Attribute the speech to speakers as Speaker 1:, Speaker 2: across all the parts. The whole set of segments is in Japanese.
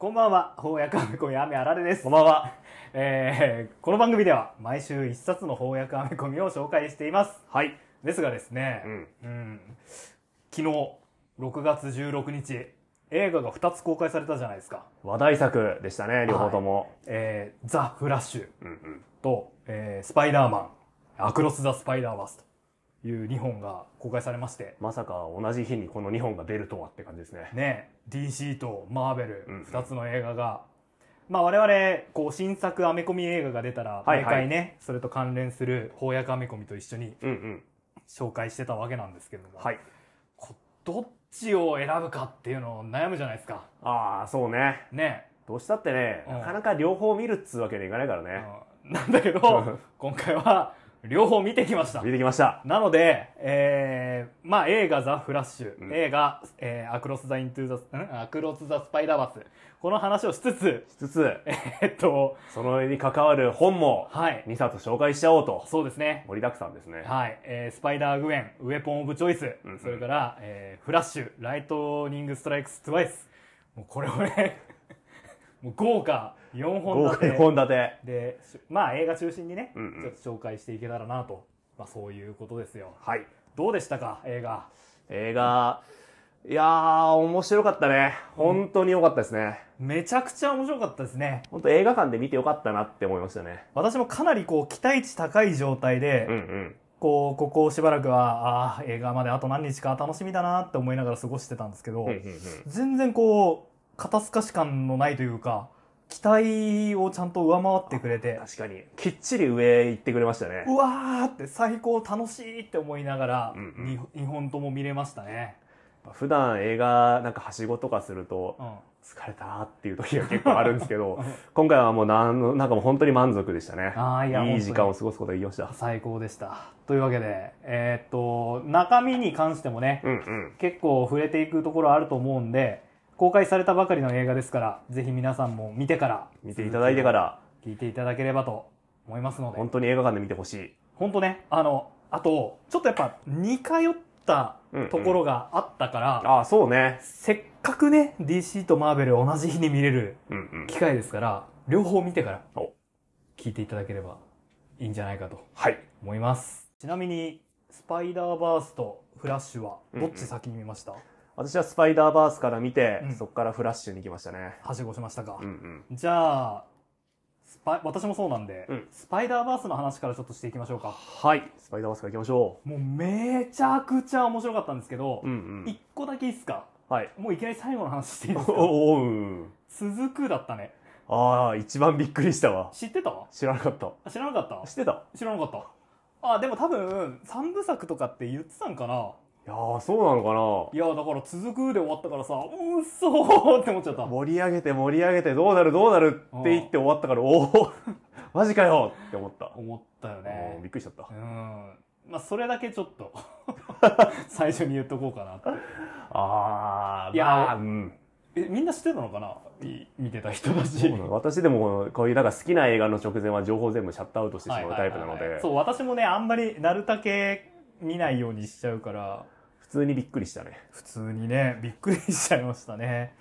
Speaker 1: こんばんは、翻訳アメコミ雨あられです
Speaker 2: こん。ばんは。
Speaker 1: えーこの番組では毎週一冊の翻訳アメコミを紹介しています。
Speaker 2: はい。
Speaker 1: ですがですね、
Speaker 2: うん。
Speaker 1: うん昨日6月16日映画が2つ公開されたじゃないですか
Speaker 2: 話題作でしたね、両方とも。
Speaker 1: 「えーザ・フラッシュ
Speaker 2: うんうん。」
Speaker 1: と「えースパイダーマン」「アクロス・ザ・スパイダーバース」という2本が公開されまして
Speaker 2: まさか同じ日にこの2本が出るとはって感じですね。
Speaker 1: ね DC とマーベル
Speaker 2: うんうん
Speaker 1: 2つの映画が、まあ、我々こう新作アメコミ映画が出たら
Speaker 2: は
Speaker 1: 毎
Speaker 2: いはい
Speaker 1: 回ね、それと関連する翻訳アメコミと一緒に
Speaker 2: うんうん。
Speaker 1: 紹介してたわけなんですけども、
Speaker 2: はい。
Speaker 1: こどっちを選ぶかっていうのを悩むじゃないですか。
Speaker 2: ああ、そうね。
Speaker 1: ね
Speaker 2: どうしたってね、
Speaker 1: うん
Speaker 2: なかなか両方見るっつうわけにはいかないからね。
Speaker 1: うんなんだけど、今回は両方見てきました
Speaker 2: 見。てきました。
Speaker 1: なので、えーまあ映画ザ・フラッシュ、
Speaker 2: うん
Speaker 1: 映画、えーアクロス・ザ・イントゥ・ザ・んアクロス・ザ・スパイダーバス、この話をしつつ、
Speaker 2: しつ つ、
Speaker 1: えっと、
Speaker 2: その絵に関わる本も
Speaker 1: はい、
Speaker 2: 2冊紹介しちゃおうと。
Speaker 1: そうですね。
Speaker 2: 盛りだくさんですね。
Speaker 1: はい、えースパイダー・グウェン、ウェポン・オブ・チョイス、
Speaker 2: うんうん
Speaker 1: それから、えーフラッシュ、ライトニング・ストライクス・トゥワイス。もうこれをね、 もう豪華4本
Speaker 2: 豪
Speaker 1: 立て。
Speaker 2: 華4本立て。
Speaker 1: で、しまあ映画中心にね、
Speaker 2: うんうん
Speaker 1: ちょっと紹介していけたらなと、まあそういうことですよ。
Speaker 2: はい。
Speaker 1: どうでしたか、映画。
Speaker 2: 映画、いやー、面白かったね。本当に良かったですね。
Speaker 1: めちゃくちゃ面白かったですね。
Speaker 2: 本当映画館で見て良かったなって思いましたね。
Speaker 1: 私もかなりこう期待値高い状態で、
Speaker 2: うんうん。
Speaker 1: こう、ここしばらくは、ああー、映画まであと何日か楽しみだなって思いながら過ごしてたんですけど、
Speaker 2: うんうんうん
Speaker 1: 全然こう、肩透かし感のないというか、期待をちゃんと上回ってくれて、
Speaker 2: 確かにきっちり上行ってくれましたね
Speaker 1: うわーって最高楽しいって思いながら、
Speaker 2: うんうん
Speaker 1: に二本とも見れましたね。
Speaker 2: 普段映画なんかはしごとかすると
Speaker 1: うん。
Speaker 2: 疲れたなっていう時が結構あるんですけど今回はもうなんのなんかもう本当に満足でしたね
Speaker 1: あーいや
Speaker 2: いい時間
Speaker 1: 本当に
Speaker 2: を過ごすことができました
Speaker 1: 最高でした。というわけで、えーっと、中身に関してもね、
Speaker 2: うんうん
Speaker 1: 結構触れていくところあると思うんで、公開されたばかりの映画ですから、ぜひ皆さんも見てから、
Speaker 2: 見ていただいてか、ら
Speaker 1: 聞いていただければと思いますので
Speaker 2: 本、当に映画館で見てほしい
Speaker 1: 本当ね、あの、あと、ちょっとやっぱ、似通ったところがあったから、
Speaker 2: ああそうね
Speaker 1: せっかくね、DC とマーベル同じ日に見れる
Speaker 2: うんうん
Speaker 1: 機会ですから、両方見てから
Speaker 2: お、
Speaker 1: 聞いていただければいいんじゃないかと
Speaker 2: はい
Speaker 1: 思います。ちなみに、スパイダーバースとフラッシュは、
Speaker 2: うんう
Speaker 1: ど
Speaker 2: ん
Speaker 1: っち先に見ました、
Speaker 2: 私はスパイダーバースから見て、
Speaker 1: うん
Speaker 2: そこからフラッシュに行きましたね
Speaker 1: はしごしましたか、
Speaker 2: うんうん
Speaker 1: じゃあ、スパイ、私もそうなんで、
Speaker 2: うん
Speaker 1: スパイダーバースの話からちょっとしていきましょうか。
Speaker 2: はいスパイダーバースから行きましょ
Speaker 1: もうめちゃくちゃ面白かったんですけど、
Speaker 2: ううんうん
Speaker 1: 一個だけいいっすか
Speaker 2: はい
Speaker 1: もういきなり最後の話していいです
Speaker 2: お
Speaker 1: か
Speaker 2: おおうん
Speaker 1: 続くだったね。
Speaker 2: ああ一番びっくりしたわ
Speaker 1: 知ってた
Speaker 2: 知らなかった
Speaker 1: あ知らなかった
Speaker 2: 知ってた
Speaker 1: 知らなかった。あ、でも多分、三部作とかって言ってたんかない
Speaker 2: やーそうなのかない
Speaker 1: や、だから続くで終わったからさ、うっそーって思っちゃった。
Speaker 2: 盛り上げて盛り上げてどうなるどうなるって言って終わったからおお マジかよって思った、
Speaker 1: 思ったよ
Speaker 2: うん
Speaker 1: ね。
Speaker 2: びっくりしちゃった
Speaker 1: うん。まあ、それだけちょっと、最初に言っとこうかなって。
Speaker 2: あー
Speaker 1: いや
Speaker 2: まあうん
Speaker 1: え、みんな知ってたのかない見てた人だ
Speaker 2: そう
Speaker 1: し
Speaker 2: な。の私でもこういうなんか好きな映画の直前は情報全部シャットアウトしてしまうタイプなの
Speaker 1: はいはいはいはい
Speaker 2: で
Speaker 1: そう、私もね、あんまりなるたけ見ないようにしちゃうから、
Speaker 2: 普通にびっくりしたね
Speaker 1: 普通にね、びっくりしちゃいましたね。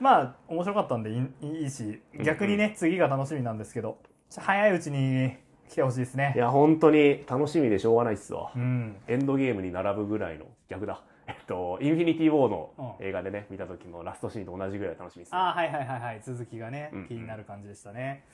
Speaker 1: まあ、面白かったんでいいいいし、逆にね、次が楽しみなんですけど、ちょ早いうちに来てほしいです
Speaker 2: い
Speaker 1: ね。
Speaker 2: や本当に楽しみでしょうがないっすわ
Speaker 1: うん。
Speaker 2: エンドゲームに並ぶぐらいの逆だえっとインフィニティ・ウォーの
Speaker 1: うん
Speaker 2: 映画でね見た時のラストシーンと同じぐらい楽しみですね、
Speaker 1: ああ、はいはいはいはい。続きがね
Speaker 2: うんうん、
Speaker 1: 気になる感じでしたね。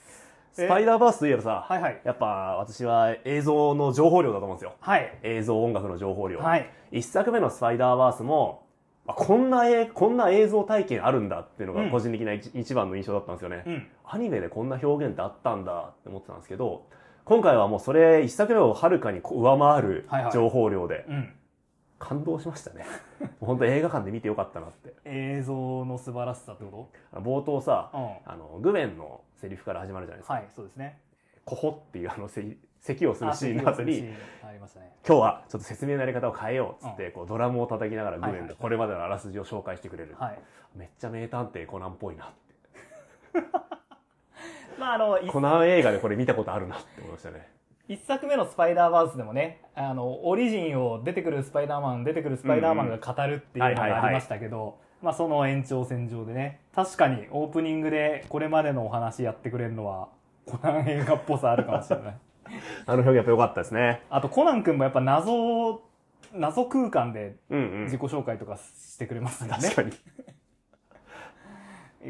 Speaker 2: スパイダーバースといえばさ、
Speaker 1: はいはい。
Speaker 2: やっぱ私は映像の情報量だと思うんですよ
Speaker 1: はい。
Speaker 2: 映像音楽の情報量、
Speaker 1: はい。
Speaker 2: 一作目の「スパイダーバースも」あこんな絵こんな映像体験あるんだっていうの
Speaker 1: う
Speaker 2: が
Speaker 1: ん
Speaker 2: 個人的な一,、一番の印象だったんですよね、
Speaker 1: うん。
Speaker 2: アニメでこんな表現ってあったんだって思ってたんですけど今回はもうそれ一作目をはるかにこう上回る
Speaker 1: はいはい
Speaker 2: 情報量で
Speaker 1: うん。
Speaker 2: 感動しましたね もう本当映画館で見てよかったなって
Speaker 1: 映像の素晴らしさってこ
Speaker 2: あの冒頭さ
Speaker 1: とうん。
Speaker 2: あのグウェンのセリフから始まるじゃないですか
Speaker 1: はい、そうですね。
Speaker 2: 「コホ」っていうあのせ り咳をするシーンの
Speaker 1: あ
Speaker 2: 後に
Speaker 1: 席をするシーンありましたね。
Speaker 2: 今日はちょっと説明のやり方を変えようっつって、こうドラムを叩きながらグ
Speaker 1: はい
Speaker 2: レン
Speaker 1: は
Speaker 2: が
Speaker 1: い
Speaker 2: これまでのあらすじを紹介してくれる、
Speaker 1: はい。
Speaker 2: めっちゃ名探偵コナンっぽいなって
Speaker 1: まあ、あの、い
Speaker 2: コナン映画でこれ見たことあるなって思いましたね
Speaker 1: 一作目のスパイダーバースでもね、あの、オリジンを出てくるスパイダーマン、出てくるスパイダーマンが語るっていうのがありましたけど、まあその延長線上でね確かにオープニングでこれまでのお話やってくれるのはコナン映画っぽさあるかもしれない
Speaker 2: あの表現やっぱ良かったですね。
Speaker 1: あとコナン君もやっぱ謎謎空間で
Speaker 2: うんう
Speaker 1: 自
Speaker 2: ん。
Speaker 1: 己紹介とかしてくれますんで
Speaker 2: 確かに。
Speaker 1: ね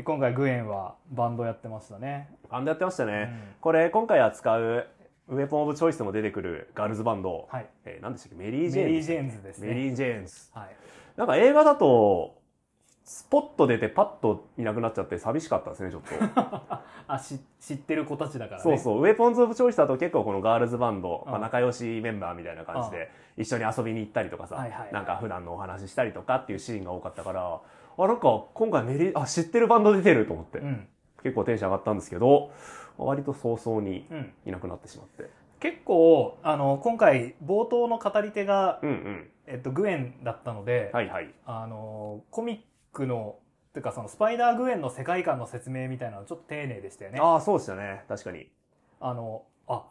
Speaker 1: 今回グエンはバンドやってましたね
Speaker 2: バンドやってましたね。
Speaker 1: うん
Speaker 2: これ、今回扱う、ウェポン・オブ・チョイスでも出てくるガールズバンド。
Speaker 1: はい
Speaker 2: えー、何でしたっけメリー・ジェ
Speaker 1: メ
Speaker 2: ーン
Speaker 1: リー・
Speaker 2: でし
Speaker 1: ジ
Speaker 2: たっ
Speaker 1: ェーンズです
Speaker 2: けメ
Speaker 1: ね
Speaker 2: リー・ジェーンズ。
Speaker 1: はい
Speaker 2: なんか映画だと、スポッと出てパッといなくなっちゃって寂しかったですね、ちょっと。
Speaker 1: あし知ってる子たちだからね
Speaker 2: そうそう、ウェポンズ・オブ・チョイスだと結構このガールズバンド、
Speaker 1: うん
Speaker 2: まあ、仲良しメンバーみたいな感じで、一緒に遊びに行ったりとかさ、
Speaker 1: はいはいはい
Speaker 2: なんか普段のお話ししたりとかっていうシーンが多かったから、あ、なんか今回メリー、あ、知ってるバンド出てると思って、
Speaker 1: うん
Speaker 2: 結構テンション上がったんですけど、割と早々に
Speaker 1: うん
Speaker 2: いなくなってしまって。
Speaker 1: 結構あの今回冒頭の語り手が、
Speaker 2: うんうん。
Speaker 1: えっと、グエンだったので、
Speaker 2: はいはい。
Speaker 1: あのコミックのてかそのスパイダーグエンの世界観の説明みたいなのちょっと丁寧でしたよね。あ
Speaker 2: ああ、そうでしたね。確かに。
Speaker 1: のあ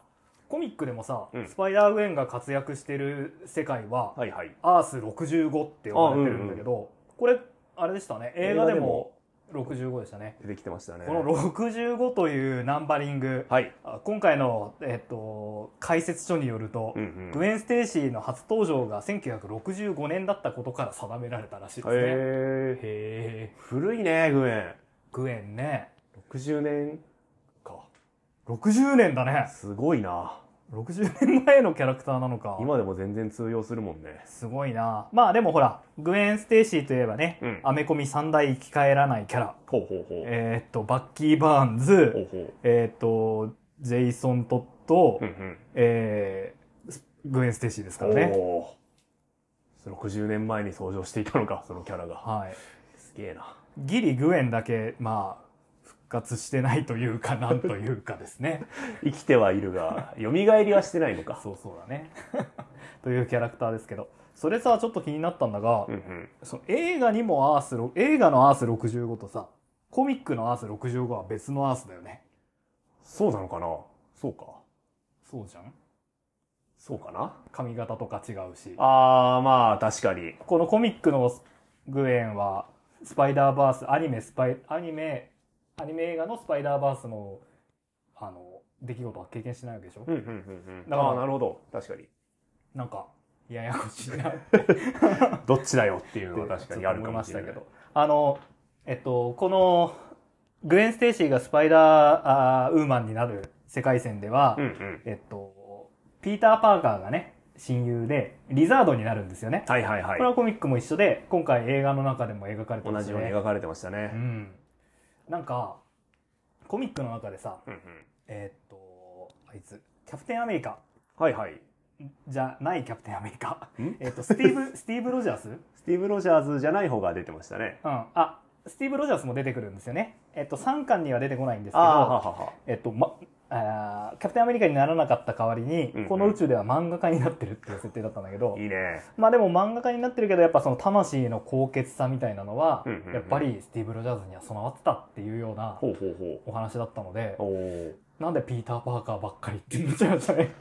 Speaker 1: コミックでもさ、
Speaker 2: うん
Speaker 1: スパイダーグエンが活躍してる世界は、
Speaker 2: はいはい。
Speaker 1: アース65って呼ばれてるんだけど、これあれでしたね映画でも65でしたね。
Speaker 2: 出てきてましたね。
Speaker 1: この65というナンバリング、
Speaker 2: はい。
Speaker 1: あ今回の、えっと、解説書によると、
Speaker 2: うんうん。
Speaker 1: グエン・ステイシーの初登場が1965年だったことから定められたらしいですね。
Speaker 2: へえ。
Speaker 1: へえ。
Speaker 2: 古いね、グエン。
Speaker 1: グエンね。
Speaker 2: 60年か。
Speaker 1: 60年だね。
Speaker 2: すごいな。
Speaker 1: 60年前のキャラクターなのか。
Speaker 2: 今でも全然通用するもんね。
Speaker 1: すごいな。まあでもほら、グエン・ステイシーといえばね、
Speaker 2: うん
Speaker 1: アメコミ三大生き返らないキャラ。
Speaker 2: ほうほうほう。
Speaker 1: えーっと、バッキー・バーン
Speaker 2: ほう
Speaker 1: ズ、
Speaker 2: ほう。
Speaker 1: えーっと、ジェイソン・トット、
Speaker 2: ん
Speaker 1: えースグエン・ステイシーですから
Speaker 2: ね
Speaker 1: ね。。
Speaker 2: その60年前に登場していたのか、そのキャラが。
Speaker 1: はい。
Speaker 2: すげえな。
Speaker 1: ギリグエンだけ、まあ、復活してないというか、なんというかですね。
Speaker 2: 生きてはいる が、蘇りはしてないのか。
Speaker 1: そうそうだね。 というキャラクターですけど。それさ、ちょっと気になったんだが、
Speaker 2: んうん。
Speaker 1: その映画にもアースろ、映画のアース65とさ、コミックのアース65は別のアースだよね。
Speaker 2: そうなのかなそうか。
Speaker 1: そうじゃん
Speaker 2: そうかな
Speaker 1: 髪型とか違うし。
Speaker 2: あー、まあ、確かに。
Speaker 1: このコミックのグエンは、スパイダーバース、アニメ、スパイ、アニメ、アニメ映画のスパイダーバースの、あの、出来事は経験してないわけでしょ、
Speaker 2: うんうんうんうん。
Speaker 1: だから
Speaker 2: あーなるほど。確かに。
Speaker 1: なんか、ややこしいな。
Speaker 2: どっちだよっていう
Speaker 1: って
Speaker 2: のは確かにあるかもし
Speaker 1: ち
Speaker 2: れな
Speaker 1: ょっと思。いましたけ
Speaker 2: い
Speaker 1: どあのえっとこのグエン・ステイシーがスパイダーあーウーマンになる世界線では、
Speaker 2: うんうん。
Speaker 1: えっとピーター・パーカーがね親友でリザードになるんですよね、
Speaker 2: はいはいは
Speaker 1: これ
Speaker 2: い。
Speaker 1: はコミックも一緒で今回映画の中でも描かれてま
Speaker 2: 同
Speaker 1: す
Speaker 2: じ
Speaker 1: よ
Speaker 2: ように
Speaker 1: ね
Speaker 2: 描かれてました
Speaker 1: う
Speaker 2: ね。
Speaker 1: んなんかコミックの中でさ
Speaker 2: うんうん。
Speaker 1: えっとあいつキャプテンアメリカ
Speaker 2: はいはい。
Speaker 1: じゃないキャプテンアメリカ
Speaker 2: ん
Speaker 1: えっとスティーブスティーブ・ロジャース
Speaker 2: スティーブ・ロジャーズじゃない方が出てましたね。
Speaker 1: うん、あスティーブ・ロジャースも出てくるんですよね、えっと、3巻には出てこないんですけ
Speaker 2: あーは
Speaker 1: ど、
Speaker 2: はは。
Speaker 1: えっとま、あーキャプテンアメリカにならなかった代わりに、
Speaker 2: うんうん
Speaker 1: この宇宙では漫画家になってるっていう設定だったんだけど
Speaker 2: いいね。
Speaker 1: まあでも漫画家になってるけどやっぱその魂の高潔さみたいなのは、
Speaker 2: うんうんうん
Speaker 1: やっぱりスティーブ・ロジャーズには備わってたっていうような
Speaker 2: ほうほうほ
Speaker 1: お話だったので
Speaker 2: う。おー。
Speaker 1: なんでピーター・パーカーばっかりって言っちゃいました ね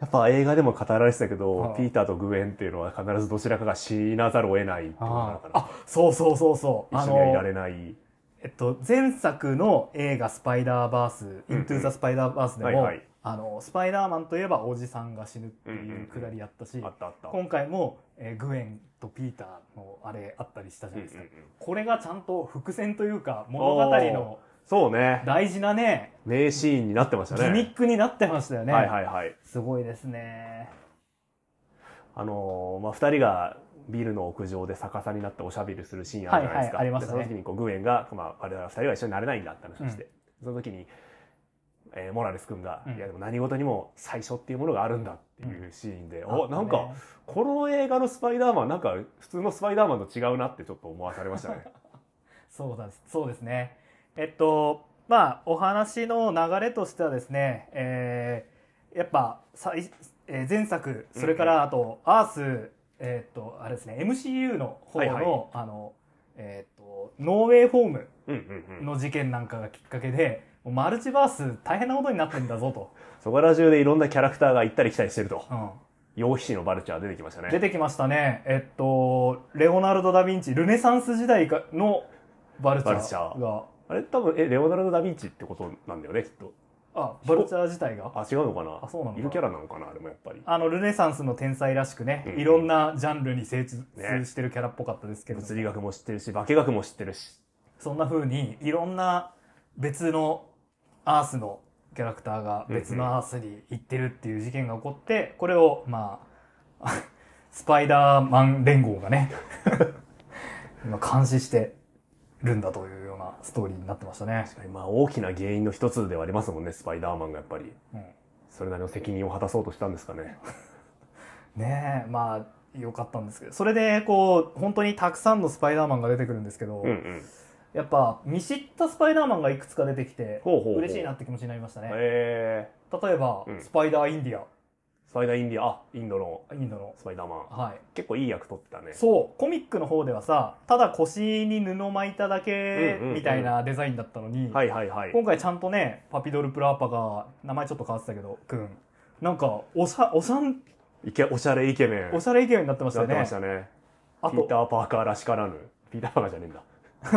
Speaker 2: やっぱ映画でも語られてたけど、
Speaker 1: はい
Speaker 2: ピーターとグエンっていうのは必ずどちらかが死なざるを得ないっていうことなの
Speaker 1: あ
Speaker 2: か
Speaker 1: ーあそうそうそうそう
Speaker 2: な。
Speaker 1: あ
Speaker 2: 一緒にはいら
Speaker 1: の
Speaker 2: れない。
Speaker 1: えっと、前作の映画「スパイダーバース」「イ
Speaker 2: うん
Speaker 1: ントゥ・ザ・スパイダーバース」で
Speaker 2: はい
Speaker 1: も、
Speaker 2: はい
Speaker 1: あのスパイダーマンといえばおじさんが死ぬって
Speaker 2: うんうん
Speaker 1: いううんくだりやったし、
Speaker 2: あったあった。
Speaker 1: 今回も、えーグエンとピーターのあれあったりしたじゃないですか、
Speaker 2: うんうんうん
Speaker 1: これがちゃんと伏線というか物語の
Speaker 2: そうね。
Speaker 1: 大事なね
Speaker 2: 名シーンになってましたね。
Speaker 1: ギミックになってましたよね、
Speaker 2: はいはいはい。
Speaker 1: すごいですね
Speaker 2: あのーまあ、二人がビルの屋上で逆さになっておしゃべりするシーンあるじゃないですか。
Speaker 1: はいはいありましたね
Speaker 2: でその時にこうグエンが、まあ、我々二人は一緒になれないんだって話をして、その時に、えーモラレス君が、
Speaker 1: うん
Speaker 2: いやでも何事にも最初っていうものがあるんだっていうシーンで、お、
Speaker 1: あとね
Speaker 2: なんか、この映画のスパイダーマン、なんか普通のスパイダーマンと違うなってちょっと思わされました ね。
Speaker 1: そうだそうですね。えっと、まあ、お話の流れとしてはですね、えーやっぱ、最えー前作、それか
Speaker 2: うんう
Speaker 1: らあと、アース、えっと、あれですね、MCU の方の、
Speaker 2: はいは
Speaker 1: あの、えっと、ノーウェイホーム
Speaker 2: うんうんうん。
Speaker 1: の事件なんかがきっかけで、もうマ ルチバース大変なことになってんだぞと。
Speaker 2: そこら中でいろんなキャラクターが行ったり来たりしてると
Speaker 1: うん
Speaker 2: 羊皮紙のバルチャー出てきましたね。
Speaker 1: 出てきましたねえっとレオナルド・ダ・ヴィンチルネサンス時代かのバルチャ
Speaker 2: バルチャ
Speaker 1: ーが
Speaker 2: あれ多分、え、レオナルド・ダ・ヴィンチってことなんだよね、きっと。
Speaker 1: あバルチャー自体が
Speaker 2: あ、違うのかな
Speaker 1: あそうなのかない
Speaker 2: るキャラなのかなあれもやっぱり。
Speaker 1: あのルネサンスの天才らしくね、
Speaker 2: うんうん
Speaker 1: いろんなジャンルに精通
Speaker 2: ね
Speaker 1: してるキャラっぽかったですけど、
Speaker 2: 物理学も知ってるし、化学も知ってるし。
Speaker 1: そんな風にいろんな別のアースのキャラクターが別のアースに行ってるっていう事件が起こってこれをまあ スパイダーマン連合がね 今監視してるんだというようなストーリーになってましたね。
Speaker 2: まあ大きな原因の一つではありますもんね、スパイダーマンがやっぱり。
Speaker 1: うん
Speaker 2: それなりの責任を果たそうとしたんですかね。
Speaker 1: ねえまあ良かったんですけどそれでこう本当にたくさんのスパイダーマンが出てくるんですけど、
Speaker 2: うんうん。
Speaker 1: やっぱ見知ったスパイダーマンがいくつか出てきて
Speaker 2: ほうほうほう
Speaker 1: 嬉しいなって気持ちになりましたね。
Speaker 2: え
Speaker 1: 例えば、
Speaker 2: うん
Speaker 1: スパイダーインディア
Speaker 2: ー、スパイダーインディア、あ、インドの
Speaker 1: インドの
Speaker 2: スパイダーマン。
Speaker 1: はい、
Speaker 2: 結構いい役取ってたね。
Speaker 1: そうコミックの方ではさただ腰に布巻いただけ
Speaker 2: うんうんうん
Speaker 1: みたいなデザインだったのに、
Speaker 2: はいはいはい。
Speaker 1: 今回ちゃんとねパピドルプラーパが名前ちょっと変わってたけどくんなんかおしゃおしゃん
Speaker 2: いけ、おしゃれイケメン。
Speaker 1: おしゃれイケメンになってました
Speaker 2: な
Speaker 1: よ
Speaker 2: って
Speaker 1: ね
Speaker 2: ましたね。
Speaker 1: あ
Speaker 2: ピー
Speaker 1: と
Speaker 2: ター・パーカーらしからぬ。ピーター・パーカーじゃねえんだ。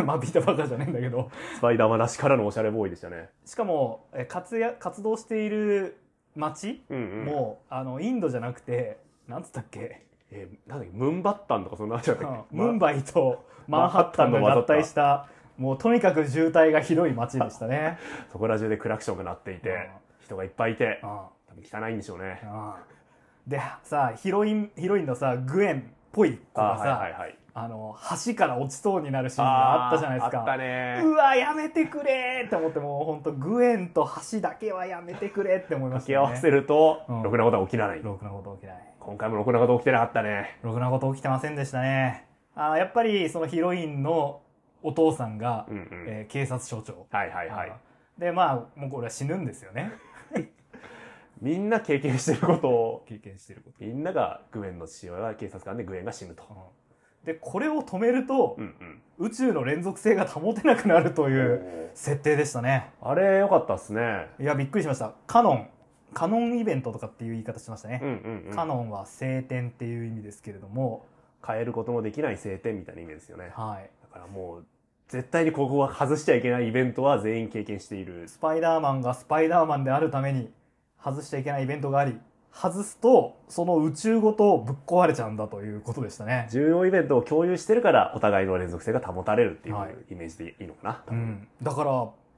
Speaker 1: まあピーターバカじゃねえんだけど
Speaker 2: スパイダーマンらしからぬおしゃれボーイでしたね。
Speaker 1: しかもえ活や活動している街
Speaker 2: うんうん。
Speaker 1: も、あのインドじゃなくてなんつったっけ、
Speaker 2: えーなんだっけ、ムンバッタンとかそんな話だったっけ
Speaker 1: ムンバイとマンハッタンが
Speaker 2: マンハッタンの
Speaker 1: 合体したもうとにかく渋滞がひどい街でした ね。
Speaker 2: そこら中でクラクションが鳴っていて、
Speaker 1: うん
Speaker 2: 人がいっぱいいて、
Speaker 1: うん
Speaker 2: 多分汚いんでしょうね。
Speaker 1: うんでさヒロインヒロインのさグエンっぽい子
Speaker 2: あ
Speaker 1: が
Speaker 2: ー
Speaker 1: さあ、
Speaker 2: はいはいはい。
Speaker 1: の橋から落ちそうになるシーンがあったじゃないです
Speaker 2: あ
Speaker 1: か
Speaker 2: ーあったね
Speaker 1: うわやめてくれーって思ってもうほんとグエンと橋だけはやめてくれって思いまし
Speaker 2: 掛
Speaker 1: た
Speaker 2: け
Speaker 1: よ
Speaker 2: 合
Speaker 1: ね
Speaker 2: わせると、
Speaker 1: うん
Speaker 2: ろくなことは起きない。
Speaker 1: ろくなこと起きない
Speaker 2: 今回もろくなこと起きてなかったね。
Speaker 1: ろくなこと起きてませんでしたねあーやっぱりそのヒロインのお父さんが、
Speaker 2: うんうん。
Speaker 1: えー警察署長
Speaker 2: はいはいはい。
Speaker 1: でまあもうこれは死ぬんですよね
Speaker 2: みんな経験してることを、
Speaker 1: 経験してること、
Speaker 2: みんながグエンの父親が警察官でグエンが死ぬと。
Speaker 1: うんでこれを止めると、
Speaker 2: うんうん。
Speaker 1: 宇宙の連続性が保てなくなるという設定でしたね
Speaker 2: あれ良かったっすね。
Speaker 1: いやびっくりしましたカノンカノンイベントとかっていう言い方しましたね
Speaker 2: う、んうん、うん。
Speaker 1: カノンは晴天っていう意味ですけれども
Speaker 2: 変えることもできない晴天みたいな意味ですよね。
Speaker 1: はい
Speaker 2: だからもう、絶対にここは外しちゃいけないイベントは全員経験している。
Speaker 1: スパイダーマンがスパイダーマンであるために外しちゃいけないイベントがあり外すとその宇宙ごとぶっ壊れちゃうんだということでしたね
Speaker 2: 重要イベントを共有してるから、お互いの連続性が保たれるってい
Speaker 1: はい
Speaker 2: イメージでいいのかな。
Speaker 1: うん、だから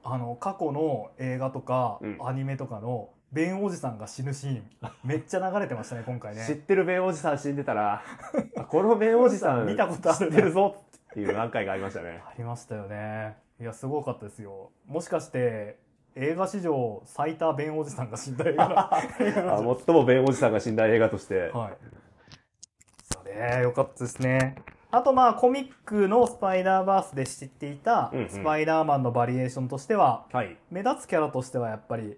Speaker 1: あの過去の映画とか、
Speaker 2: うん
Speaker 1: アニメとかのベンおじさんが死ぬシーンめっちゃ流れてましたね今回ね
Speaker 2: 知ってる弁おじさん死んで たら、あこの弁おじさん
Speaker 1: 見たことある
Speaker 2: 知
Speaker 1: な
Speaker 2: ってるぞっていう何回がありまし たね。
Speaker 1: ありましたよねいやすごかったですよもしかして映画史上最多ベンおじさんが死んだ映画な 映画なん
Speaker 2: あ
Speaker 1: じゃ
Speaker 2: 最も弁おじさんが死んだ映画として、
Speaker 1: はいそうねよかったですねあとまあコミックのスパイダーバースで知っていた
Speaker 2: うんうん
Speaker 1: スパイダーマンのバリエーションとしては、
Speaker 2: はい。
Speaker 1: 目立つキャラとしてはやっぱり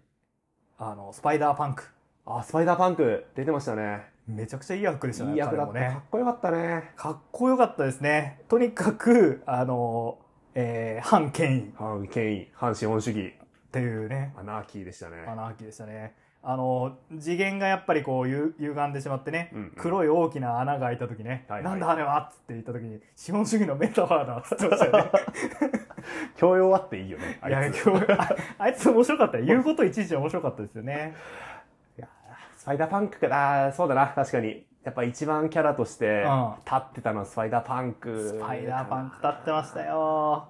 Speaker 1: あのスパイダーパンク
Speaker 2: あ、スパイダーパンク出てましたね。
Speaker 1: めちゃくちゃいい役でしたね
Speaker 2: いい役だった。
Speaker 1: 彼も
Speaker 2: か
Speaker 1: ね
Speaker 2: っこよかったね。
Speaker 1: かっこよかったですねとにかくあの、えー反権威っ
Speaker 2: 反権威、反資本主義、
Speaker 1: ていうね
Speaker 2: アナーキーでしたね。
Speaker 1: アナーキーでしたね。あの次元がやっぱりこうゆ歪んでしまってね、
Speaker 2: うんうん
Speaker 1: 黒い大きな穴が開いた時ね、
Speaker 2: はいはい
Speaker 1: なんだあれはっつって言った時に資本主義のメタファーだっつってましたよね
Speaker 2: 教養あっていいよね。 あ
Speaker 1: いや
Speaker 2: い
Speaker 1: 今
Speaker 2: つ
Speaker 1: 日ああいつ面白かったよ言うこといちいち面白かったですよ ね
Speaker 2: スパイダーパンクかなそうだな、確かに。やっぱ一番キャラとして
Speaker 1: うん
Speaker 2: 立ってたのはスパイダーパンク。
Speaker 1: スパイダーパンク立ってましたよ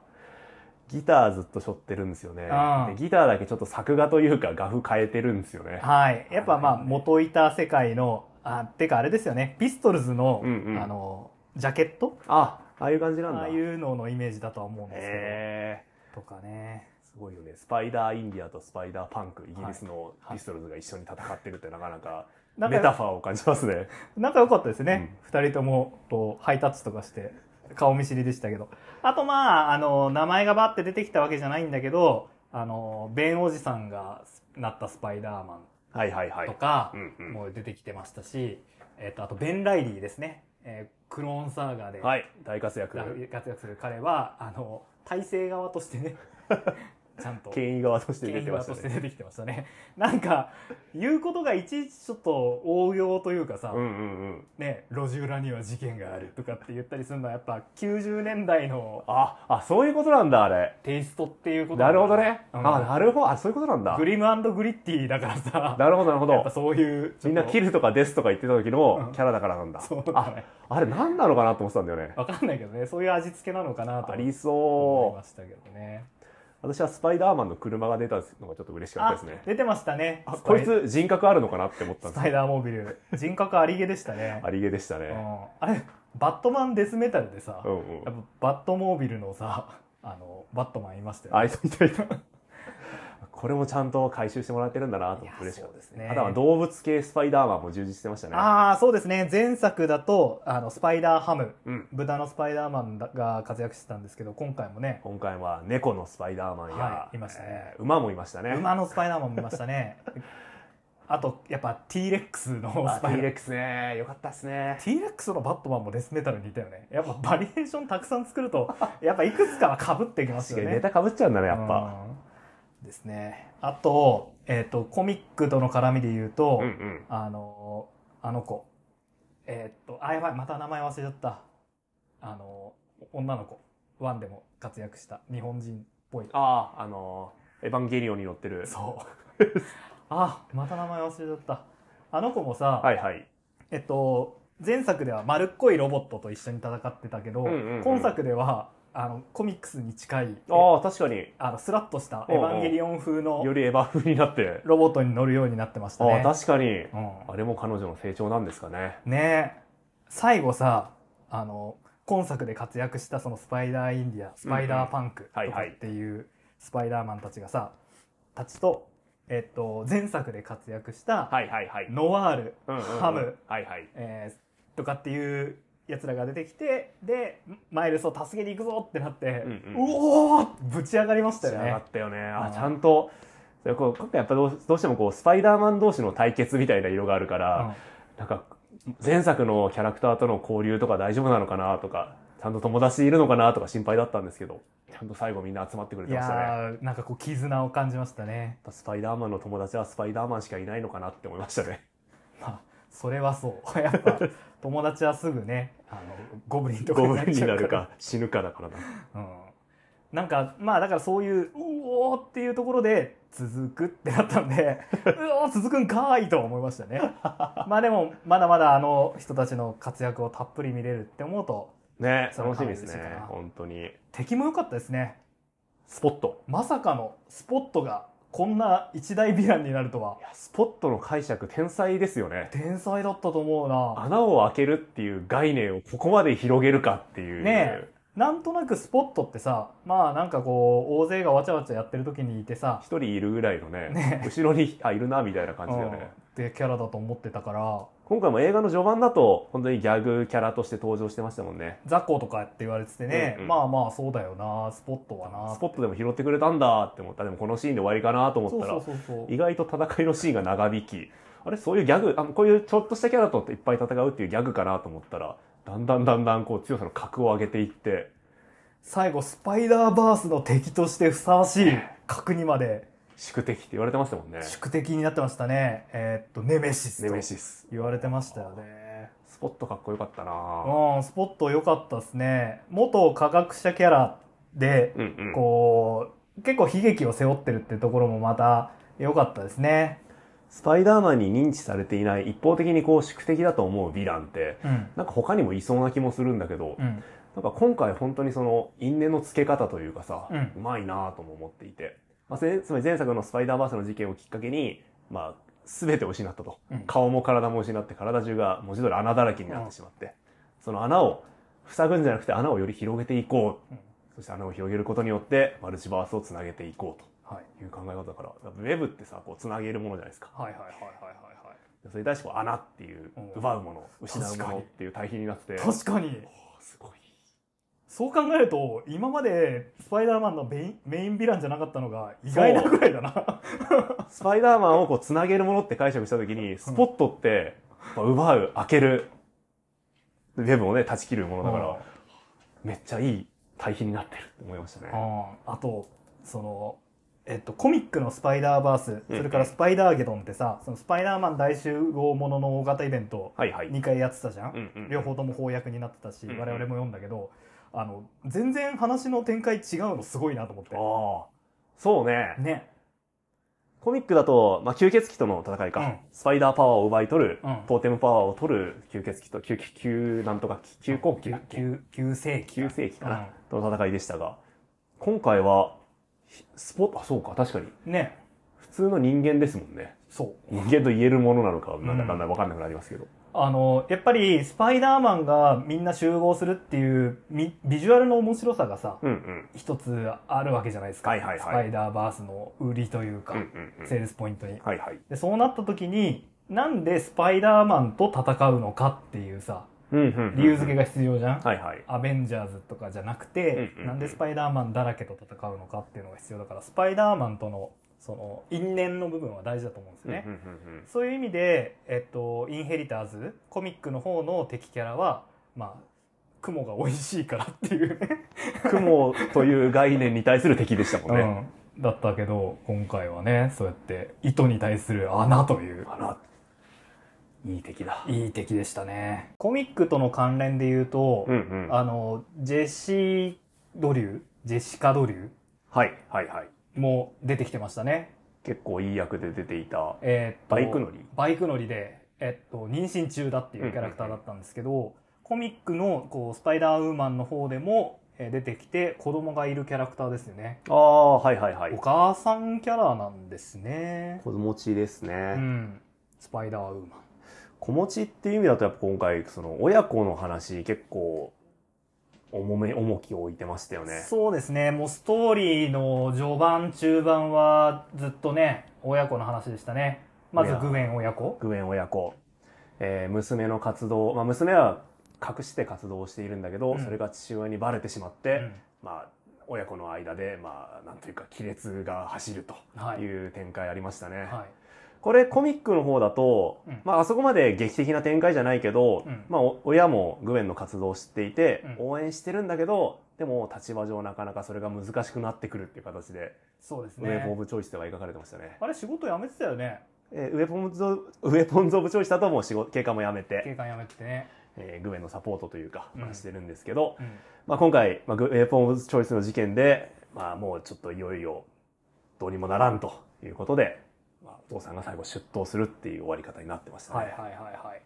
Speaker 2: ギターずっと背負ってるんですよね
Speaker 1: う。ん
Speaker 2: でギターだけちょっと作画というか画風変えてるんですよね。
Speaker 1: はいやっぱまあ元いた世界のあてかあれですよねピストルズの,、
Speaker 2: うんうん
Speaker 1: あのジャケット
Speaker 2: あ、ああいう感じなんだ。
Speaker 1: ああい
Speaker 2: へ
Speaker 1: うののイメージだとは思うんですけど、
Speaker 2: え。
Speaker 1: とかね
Speaker 2: すごいよね。スパイダーインディアとスパイダーパンク、イギリスのピストルズが一緒に戦ってるってなかなか
Speaker 1: なんか
Speaker 2: メタファーを感じますね。
Speaker 1: 仲良かったですね、二人ともこうハイタッチとかして顔見知りでしたけどあとまああの名前がバッて出てきたわけじゃないんだけどあのベンおじさんがなったスパイダーマ
Speaker 2: はいはいは
Speaker 1: ンと
Speaker 2: い。
Speaker 1: か
Speaker 2: うんうん
Speaker 1: もう出てきてましたし、えっとあとベン・ライリーですね、えークローンサーガーで
Speaker 2: はい、大活躍。
Speaker 1: 活躍する彼はあの体制側としてねちゃんと。
Speaker 2: 権威側として
Speaker 1: 権
Speaker 2: 出
Speaker 1: 威
Speaker 2: てま
Speaker 1: 側
Speaker 2: し
Speaker 1: と
Speaker 2: た
Speaker 1: して
Speaker 2: ね。
Speaker 1: 出てきてましたね。なんか、言うことがいちいちちょっと応用というかさ、
Speaker 2: うんうんうん。
Speaker 1: ね、路地裏には事件があるとかって言ったりするのは、やっぱ90年代の
Speaker 2: あ、あ、そういうことなんだ、あれ。
Speaker 1: テイストっていうこと
Speaker 2: なるほどね。
Speaker 1: う
Speaker 2: あ、
Speaker 1: ん
Speaker 2: なるほど。あ、そういうことなんだ
Speaker 1: グ。リムグリッティだからさ、
Speaker 2: なるほど、なるほ
Speaker 1: やっぱ
Speaker 2: ど。
Speaker 1: そういう、
Speaker 2: みんな
Speaker 1: き
Speaker 2: キルとかデスとか言ってた時
Speaker 1: う
Speaker 2: の
Speaker 1: ん
Speaker 2: キャラだからなんだ。
Speaker 1: そうだ
Speaker 2: あ
Speaker 1: ね。、
Speaker 2: あれ何なのかなと思ってたんだよね。
Speaker 1: わかんないけどね、そういう味付けなのかなと
Speaker 2: あり
Speaker 1: 思い
Speaker 2: そ
Speaker 1: ましたけどね。
Speaker 2: う。私はスパイダーマンの車が出たのがちょっと嬉しかった
Speaker 1: あ
Speaker 2: ですね、。
Speaker 1: 出てましたね。
Speaker 2: あ、
Speaker 1: スパ
Speaker 2: こ
Speaker 1: イ
Speaker 2: いつ人格あるのかなって思ったん
Speaker 1: ス
Speaker 2: です
Speaker 1: パイダーモービル。人格ありげでしたね。
Speaker 2: ありげでした
Speaker 1: う
Speaker 2: ね。
Speaker 1: んあれ、バットマンデスメタルでさ
Speaker 2: う、んうん
Speaker 1: やっ。ぱバットモービルのさ、あの、バットマンいましたよね。
Speaker 2: あ、いたいたいた。これもちゃんと回収してもらってるんだなと思って嬉しかったです
Speaker 1: い
Speaker 2: ね。
Speaker 1: や
Speaker 2: あ
Speaker 1: そうですね
Speaker 2: とは動物系スパイダーマンも充実してましたね。
Speaker 1: ああ、そうですね。前作だと、あの、スパイダーハム、
Speaker 2: うん。
Speaker 1: 豚のスパイダーマンだが活躍してたんですけど、今回もね、
Speaker 2: 今回は猫のスパイダーマンや、
Speaker 1: はいいましたね
Speaker 2: えー馬もいましたね。
Speaker 1: 馬のスパイダーマン見ましたね。 あと、やっぱ T レックスのス
Speaker 2: あテ
Speaker 1: パイダ
Speaker 2: ィ
Speaker 1: ー
Speaker 2: ーレックスね。よかったですね。
Speaker 1: T レックスのバットマンもデスメタルに似たよね。やっぱバリエーションたくさん作ると、やっぱいくつかは被ってきます
Speaker 2: 確か
Speaker 1: よ
Speaker 2: に
Speaker 1: ね。
Speaker 2: ネタかぶっちゃうんだね、やっぱ。
Speaker 1: うんですね。あと、えっ、と、コミックとの絡みで言うと、
Speaker 2: うんうん。
Speaker 1: あの、あの子。えっ、と、あ、やばい、また名前忘れちゃった。あの、女の子。ワンでも活躍した日本人っぽい。
Speaker 2: ああ、あのー、エヴァンゲリオンに乗ってる。
Speaker 1: そう。 あ、また名前忘れちゃった。あの子もさ、
Speaker 2: はいはい。
Speaker 1: えっと、前作では丸っこいロボットと一緒に戦ってたけど、
Speaker 2: うんうんうん
Speaker 1: 今作では、あの、コミックスに近い、
Speaker 2: ああ、確かに。
Speaker 1: あの、スラッとしたエヴァンゲリオン風の
Speaker 2: よりエヴァ風になって。
Speaker 1: ロボットに乗るようになってました
Speaker 2: ああ、
Speaker 1: ね。
Speaker 2: 確かに。
Speaker 1: う
Speaker 2: あれも彼女の成長なんですかね。
Speaker 1: ん、ねえ最後さ、あの、今作で活躍したそのスパイダーインディア、スパイダーパンクと
Speaker 2: うんうんはい
Speaker 1: か
Speaker 2: はい
Speaker 1: っていうスパイダーマンたちがさ、たちと、えっと、前作で活躍した、
Speaker 2: はいはいはい。
Speaker 1: ノワール、
Speaker 2: うんうんうん
Speaker 1: ハム、。
Speaker 2: はいはい。
Speaker 1: えーとかっていうやつらが出てきてでマイルスを助けに行くぞってなって、
Speaker 2: うんうん
Speaker 1: おおぶち上がりまし
Speaker 2: 仕
Speaker 1: た
Speaker 2: 上
Speaker 1: よ
Speaker 2: が
Speaker 1: ね
Speaker 2: ったよね。
Speaker 1: う
Speaker 2: あ
Speaker 1: ん、
Speaker 2: ちゃんと。でこう今回やっぱどうどうしてもこうスパイダーマン同士の対決みたいな色があるから、なんか前作のキャラクターとの交流とか大丈夫なのかなとかちゃんと友達いるのかなとか心配だったんですけどちゃんと最後みんな集まってく
Speaker 1: う
Speaker 2: れ
Speaker 1: んい
Speaker 2: てましたねやっ
Speaker 1: やーなんかこう絆を感じましたね
Speaker 2: ぱスパイダーマンの友達はスパイダーマンしかいないのかなって思いまし たね
Speaker 1: まあそれはそう やっぱ友達はすぐねあのゴブリンとか
Speaker 2: ゴブリンにな
Speaker 1: っちゃ
Speaker 2: る
Speaker 1: うら、
Speaker 2: か 死ぬかだからな
Speaker 1: うん、なんかまあだからそういううおーっていうところで続くってなったん でうおー続くんかーいと思いましたねまあでもまだまだあの人たちの活躍をたっぷり見れるって思うと
Speaker 2: ね
Speaker 1: それは
Speaker 2: 楽しみです
Speaker 1: 嬉しいか
Speaker 2: ね
Speaker 1: な
Speaker 2: 本当に
Speaker 1: 敵も良かったですね
Speaker 2: スポット
Speaker 1: まさかのスポットがこんな一大ヴィランになるとはい
Speaker 2: やスポットの解釈天才ですよね
Speaker 1: 天才だったと思うな
Speaker 2: 穴を開けるっていう概念をここまで広げるかっていう
Speaker 1: ねなんとなくスポットってさまあなんかこう大勢がわちゃわちゃやってる時にいてさ
Speaker 2: 一人いるぐらいのね
Speaker 1: ね
Speaker 2: 後ろにあいるなみたいな感じだよ
Speaker 1: うんっ
Speaker 2: ね
Speaker 1: てキャラだと思ってたから
Speaker 2: 今回も映画の序盤だと本当にギャグキャラとして登場してましたもんね
Speaker 1: 雑魚とかって言われててね、
Speaker 2: うんうん
Speaker 1: まあまあそうだよなスポットはな
Speaker 2: スポットでも拾ってくれたんだって思ったでもこのシーンで終わりかなと思ったら
Speaker 1: そうそうそうそう
Speaker 2: 意外と戦いのシーンが長引きあれそういうギャグあこういうちょっとしたキャラといっぱい戦うっていうギャグかなと思ったらだんだんだんだんこう強さの格を上げていって
Speaker 1: 最後スパイダーバースの敵としてふさわしい角にまで
Speaker 2: 宿敵って言われてましたもんね
Speaker 1: 宿敵になってましたねえーっとネメシス
Speaker 2: ネメ
Speaker 1: と
Speaker 2: シス
Speaker 1: 言われてましたよね
Speaker 2: スポットかっこよかったな
Speaker 1: うん、スポット良かったですね。元科学者キャラで、
Speaker 2: うんうん
Speaker 1: こう、結構悲劇を背負ってるってところもまた良かったですね。
Speaker 2: スパイダーマンに認知されていない一方的にこう宿敵だと思うヴィランって
Speaker 1: うん。
Speaker 2: なんか他にもいそうな気もするんだけど、
Speaker 1: うん。
Speaker 2: なんか今回本当にその因縁の付け方というかさ、
Speaker 1: うん
Speaker 2: まいなぁとも思っていて、まあ、せつまり前作のスパイダーバースの事件をきっかけに、まあ、全てを失ったと、
Speaker 1: うん
Speaker 2: 顔も体も失って体中が文字通り穴だらけになってしまって、その穴を塞ぐんじゃなくて穴をより広げていこう、
Speaker 1: うん
Speaker 2: そして穴を広げることによってマルチバースをつなげていこうと。
Speaker 1: はい。
Speaker 2: いう考え方だから、ウェブってさ、こう、つなげるものじゃないですか。
Speaker 1: はいはいはいはい
Speaker 2: それに対して、こう、穴っていう
Speaker 1: うん、
Speaker 2: 奪うもの、失う
Speaker 1: 確
Speaker 2: も
Speaker 1: か
Speaker 2: の
Speaker 1: に
Speaker 2: っていう対比になってて、
Speaker 1: はい。確かに、
Speaker 2: おーすごい。
Speaker 1: そう考えると、今までスパイダーマンのメインメインヴィランじゃなかったのが意外なぐらいだな。
Speaker 2: スパイダーマンをこう、つなげるものって解釈したときに、スポットって、まあ奪う、開ける、ウェブをね、断ち切るものだから、めっちゃいい対比になってるって思いましたね。
Speaker 1: うんあと、その、えっと、コミックのスパイダーバース、
Speaker 2: うん
Speaker 1: それからスパイダーゲドンってさ、そのスパイダーマン大集合ものの大型イベントを
Speaker 2: はいはい。
Speaker 1: 2回やってたじゃん、
Speaker 2: うんうん
Speaker 1: 両方とも翻訳になってたし、
Speaker 2: うんうん
Speaker 1: 我々も読んだけど、あの、全然話の展開違うのすごいなと思って。
Speaker 2: ああ。そうね。
Speaker 1: ね。
Speaker 2: コミックだと、まあ、吸血鬼との戦いか、
Speaker 1: うん
Speaker 2: スパイダーパワーを奪い取る、
Speaker 1: うん
Speaker 2: トーテムパワーを取る吸血鬼と、吸、吸、吸なんとか、吸根鬼だっけ
Speaker 1: 旧旧世紀。
Speaker 2: 吸世紀か
Speaker 1: う
Speaker 2: な、
Speaker 1: ん
Speaker 2: との戦いでしたが、今回は、ひスポあ、そうか、確かに。
Speaker 1: ね。
Speaker 2: 普通の人間ですもんね。
Speaker 1: そう。
Speaker 2: 人間と言えるものなのか、なんだ
Speaker 1: うん
Speaker 2: かんだわかんなくなりますけど。
Speaker 1: あの、やっぱりスパイダーマンがみんな集合するっていうみビジュアルの面白さがさ、
Speaker 2: うんうん。
Speaker 1: 一つあるわけじゃないですか。
Speaker 2: はいはいはい
Speaker 1: スパイダーバースの売りというか、
Speaker 2: うんうんうん
Speaker 1: セールスポイントに。
Speaker 2: はいはい。
Speaker 1: で、そうなった時に、なんでスパイダーマンと戦うのかっていうさ、
Speaker 2: うんうんうん
Speaker 1: 理由付けが必要じゃん、
Speaker 2: はいはい。
Speaker 1: アベンジャーズとかじゃなくて、
Speaker 2: うんうんうん
Speaker 1: なんでスパイダーマンだらけと戦うのかっていうのが必要だから、スパイダーマンとの、その、因縁の部分は大事だと思うんですよね。
Speaker 2: うんうん
Speaker 1: そういう意味で、えっと、インヘリターズ、コミックの方の敵キャラは、まあ、雲が美味しいからっていうね、
Speaker 2: うん雲という概念に対する敵でしたもんね。
Speaker 1: うんだったけど、今回はね、そうやって、糸に対する穴という、
Speaker 2: あら、いい敵だ。
Speaker 1: いい敵でしたね。コミックとの関連で言うと、
Speaker 2: うんうん。
Speaker 1: あの、ジェシー・ドリュー、ジェシカ・ドリュ
Speaker 2: はいはいはい。
Speaker 1: ーも出てきてましたね。
Speaker 2: 結構いい役で出ていた。
Speaker 1: えーっと
Speaker 2: バイク乗り
Speaker 1: バイク乗りで、えっと、妊娠中だっていうキャラクターだったんですけど、コミックのこうスパイダーウーマンの方でも、えー出てきて子供がいるキャラクターですよね、
Speaker 2: ああ、はいはいは
Speaker 1: お。母さんキャラなんですね、
Speaker 2: 子持ちです
Speaker 1: う
Speaker 2: ね。
Speaker 1: ん、スパイダーウーマン
Speaker 2: 子持ちっていう意味だとやっぱ今回、その親子の話結構、重め、重きを置いてましたよね。
Speaker 1: そうですねもうストーリーの序盤中盤はずっとね親子の話でしたねまず
Speaker 2: いや
Speaker 1: グウェン親子
Speaker 2: グエン親子。えー娘の活動、まあ娘は隠して活動をしているんだけど、
Speaker 1: うん
Speaker 2: それが父親にバレてしまって、
Speaker 1: うん
Speaker 2: まあ、親子の間で、まあ、なんというか、亀裂が走ると
Speaker 1: はい
Speaker 2: いう展開ありましたね。
Speaker 1: はい
Speaker 2: これコミックの方だと、
Speaker 1: うん
Speaker 2: まああそこまで劇的な展開じゃないけど、
Speaker 1: うん
Speaker 2: まあお親もグエンの活動を知っていて、
Speaker 1: うん
Speaker 2: 応援してるんだけど、でも立場上なかなかそれが難しくなってくるっていう形で、
Speaker 1: そうです
Speaker 2: ウェポン・
Speaker 1: ね
Speaker 2: オブ・チョイスでは描かれてましたね。
Speaker 1: あれ仕事辞めてたよね
Speaker 2: えーウェポンズ・ウェポンズ・オブ・チョイスだともう仕事、経過もやめて、
Speaker 1: 警官辞めててね、
Speaker 2: えーグエンのサポートというか、
Speaker 1: うん
Speaker 2: まあしてるんですけど、
Speaker 1: うん
Speaker 2: まあ今回、まあ、グウェポン・オブ・チョイスの事件で、まあもうちょっといよいよどうにもならんということで、まあ、お父さんが最後出頭するっていう終わり方になってましたね。
Speaker 1: はいはいはいはい。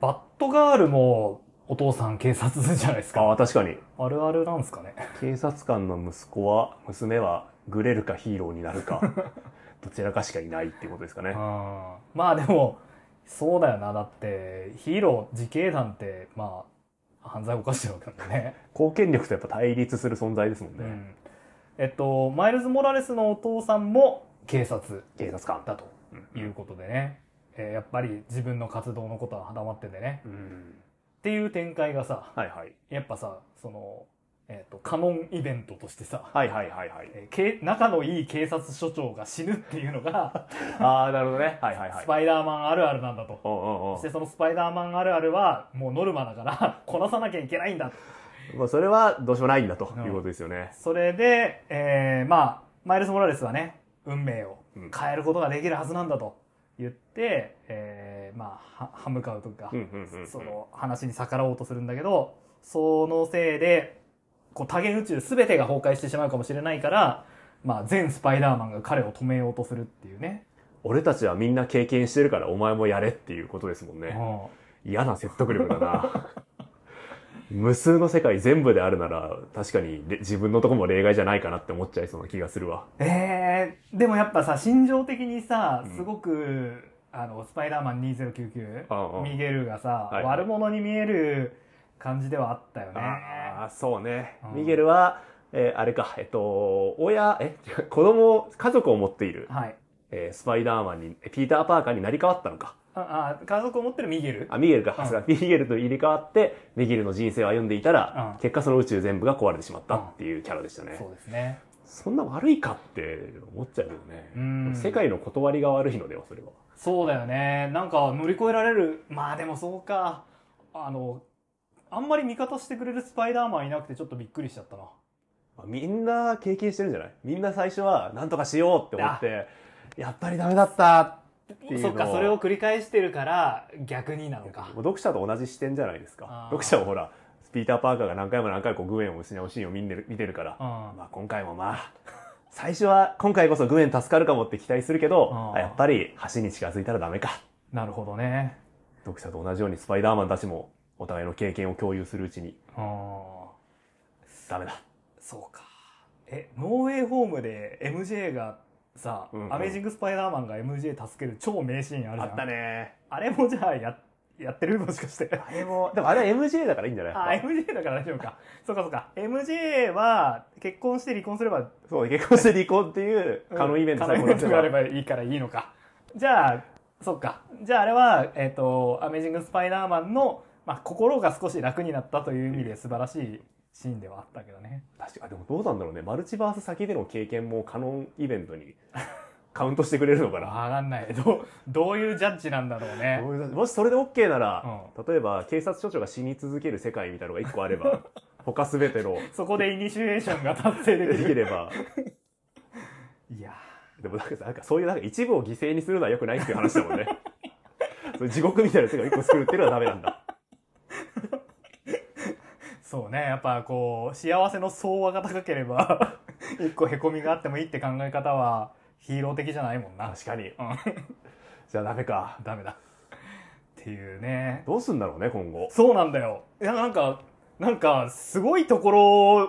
Speaker 1: バットガールもお父さん警察じゃないです
Speaker 2: あ
Speaker 1: か。
Speaker 2: あ、確かに。
Speaker 1: あるあるなんですかね。
Speaker 2: 警察官の息子は、娘は、グレるかヒーローにな るか、どちらかしかいないっていうことですか
Speaker 1: うん
Speaker 2: ね。
Speaker 1: まあでも、そうだよな。だって、ヒーロー、自警団って、まあ、犯罪を犯してるわけなんで ね。
Speaker 2: 貢献力とやっぱ対立する存在ですもんね。
Speaker 1: うんえっと、マイルズ・モラレスのお父さんも警察
Speaker 2: 警察官。
Speaker 1: だと
Speaker 2: う
Speaker 1: いうんことでね。えーやっぱり自分の活動のことは黙っててね。
Speaker 2: うん。
Speaker 1: っていう展開がさ、
Speaker 2: はいはい。
Speaker 1: やっぱさ、その、えっと、カノンイベントとしてさ、
Speaker 2: はいはいはいはい。
Speaker 1: えーけ仲のいい警察署長が死ぬっていうのが、
Speaker 2: ああ、なるほどね。はいはいはい。
Speaker 1: スパイダーマンあるあるなんだと。
Speaker 2: おうおう
Speaker 1: そ
Speaker 2: お
Speaker 1: うしてそのスパイダーマンあるあるはもうノルマだから こなさなきゃいけないんだ。
Speaker 2: まあ、それはどうしようもないんだということですよね。
Speaker 1: それで、えーまあ、マイルス・モラレスはね、運命を
Speaker 2: うん
Speaker 1: 変えることができるはずなんだと言って、えーまあ、は歯向かうというか
Speaker 2: う、んうんうんうん
Speaker 1: その話に逆らおうとするんだけど、そのせいで、こう多元宇宙全てが崩壊してしまうかもしれないから、まあ、全スパイダーマンが彼を止めようとするっていうね。
Speaker 2: 俺たちはみんな経験してるからお前もやれっていうことですもんね。
Speaker 1: うん
Speaker 2: 嫌な説得力だな 無数の世界全部であるなら確かにれ自分のとこも例外じゃないかなって思っちゃいそうな気がするわ
Speaker 1: えー、でもやっぱさ心情的にさ
Speaker 2: うん
Speaker 1: すごく、あのスパイダーマン2099
Speaker 2: うんうん
Speaker 1: ミゲルがさ、
Speaker 2: はい
Speaker 1: 悪者に見える感じではあったよね
Speaker 2: ああそうね
Speaker 1: うん
Speaker 2: ミゲルは、えーあれかえっと親え違う子供家族を持っている、
Speaker 1: はい
Speaker 2: えースパイダーマンにえピーター・パーカーになり変わったのか
Speaker 1: ああ家族を持ってるミゲル
Speaker 2: あミゲルか
Speaker 1: うん
Speaker 2: さすがミゲルと入れ替わってミゲルの人生を歩んでいたら、
Speaker 1: うん
Speaker 2: 結果その宇宙全部が壊れてしまったっていうキャラでしたね、
Speaker 1: そうですね
Speaker 2: そんな悪いかって思っちゃうけどね、
Speaker 1: うん
Speaker 2: 世界の断りが悪いのではそれは
Speaker 1: そうだよねなんか乗り越えられるまあでもそうかあのあんまり味方してくれるスパイダーマンいなくてちょっとびっくりしちゃったな
Speaker 2: まあみんな経験してるんじゃないみんな最初はなんとかしようって思ってやっぱりダメだったっていう
Speaker 1: そ
Speaker 2: の
Speaker 1: っかそれを繰り返してるから逆になのか
Speaker 2: もう読者と同じ視点じゃないですか
Speaker 1: あー
Speaker 2: 読者をほらピーター・パーカーが何回も何回もグエンを失うシーンを見てる見てるから、
Speaker 1: うん
Speaker 2: まあ、今回もまあ最初は今回こそグエン助かるかもって期待するけど
Speaker 1: あー
Speaker 2: あやっぱり橋に近づいたらダメか
Speaker 1: なるほどね
Speaker 2: 読者と同じようにスパイダーマンたちもお互いの経験を共有するうちに
Speaker 1: うん
Speaker 2: ダメだ
Speaker 1: そうかえノーウェイホームで MJ がさ、
Speaker 2: うんうん
Speaker 1: アメージング・スパイダーマンが MJ 助ける超名シーンあるじゃん
Speaker 2: ね
Speaker 1: あれもじゃあややってるもしかして
Speaker 2: あれもでもあれは MJ だからいいんじゃないやっぱ
Speaker 1: あ MJ だから大丈夫かそうかそうか MJ は結婚して離婚すれば
Speaker 2: そう結婚して離婚っていう可能イベント
Speaker 1: 可能
Speaker 2: 最後
Speaker 1: イベン
Speaker 2: にやって
Speaker 1: ト
Speaker 2: ば
Speaker 1: があればいいからいいのかじゃあそっかじゃああれはえっ、と「アメージング・スパイダーマンの」まあ、心が少し楽になったという意味で素晴らしいシーンではあったけどね
Speaker 2: 確かでもどうなんだろうねマルチバース先での経験もカノンイベントにカウントしてくれるのかな
Speaker 1: わかんないどうどういうジャッジなんだろうね
Speaker 2: どういうもしそれで OK なら、例えば警察署長が死に続ける世界みたいなのが1個あれば他全ての
Speaker 1: そこでイニシエーションが達成で
Speaker 2: で
Speaker 1: き
Speaker 2: き
Speaker 1: る
Speaker 2: れば
Speaker 1: いや
Speaker 2: でもなんかなんかそういうなんか一部を犠牲にするのは良くないっていう話 だもんねそういう地獄みたいな世界を1個作るっていうのはダメなんだ
Speaker 1: そうねやっぱこう幸せの総和が高ければ 一個へこみがあってもいいって考え方はヒーロー的じゃないもんな
Speaker 2: 確かに
Speaker 1: うん
Speaker 2: じゃあダメか
Speaker 1: ダメだっていうね
Speaker 2: どうすんだろうね今後
Speaker 1: そうなんだよいやなんかなんかすごいところ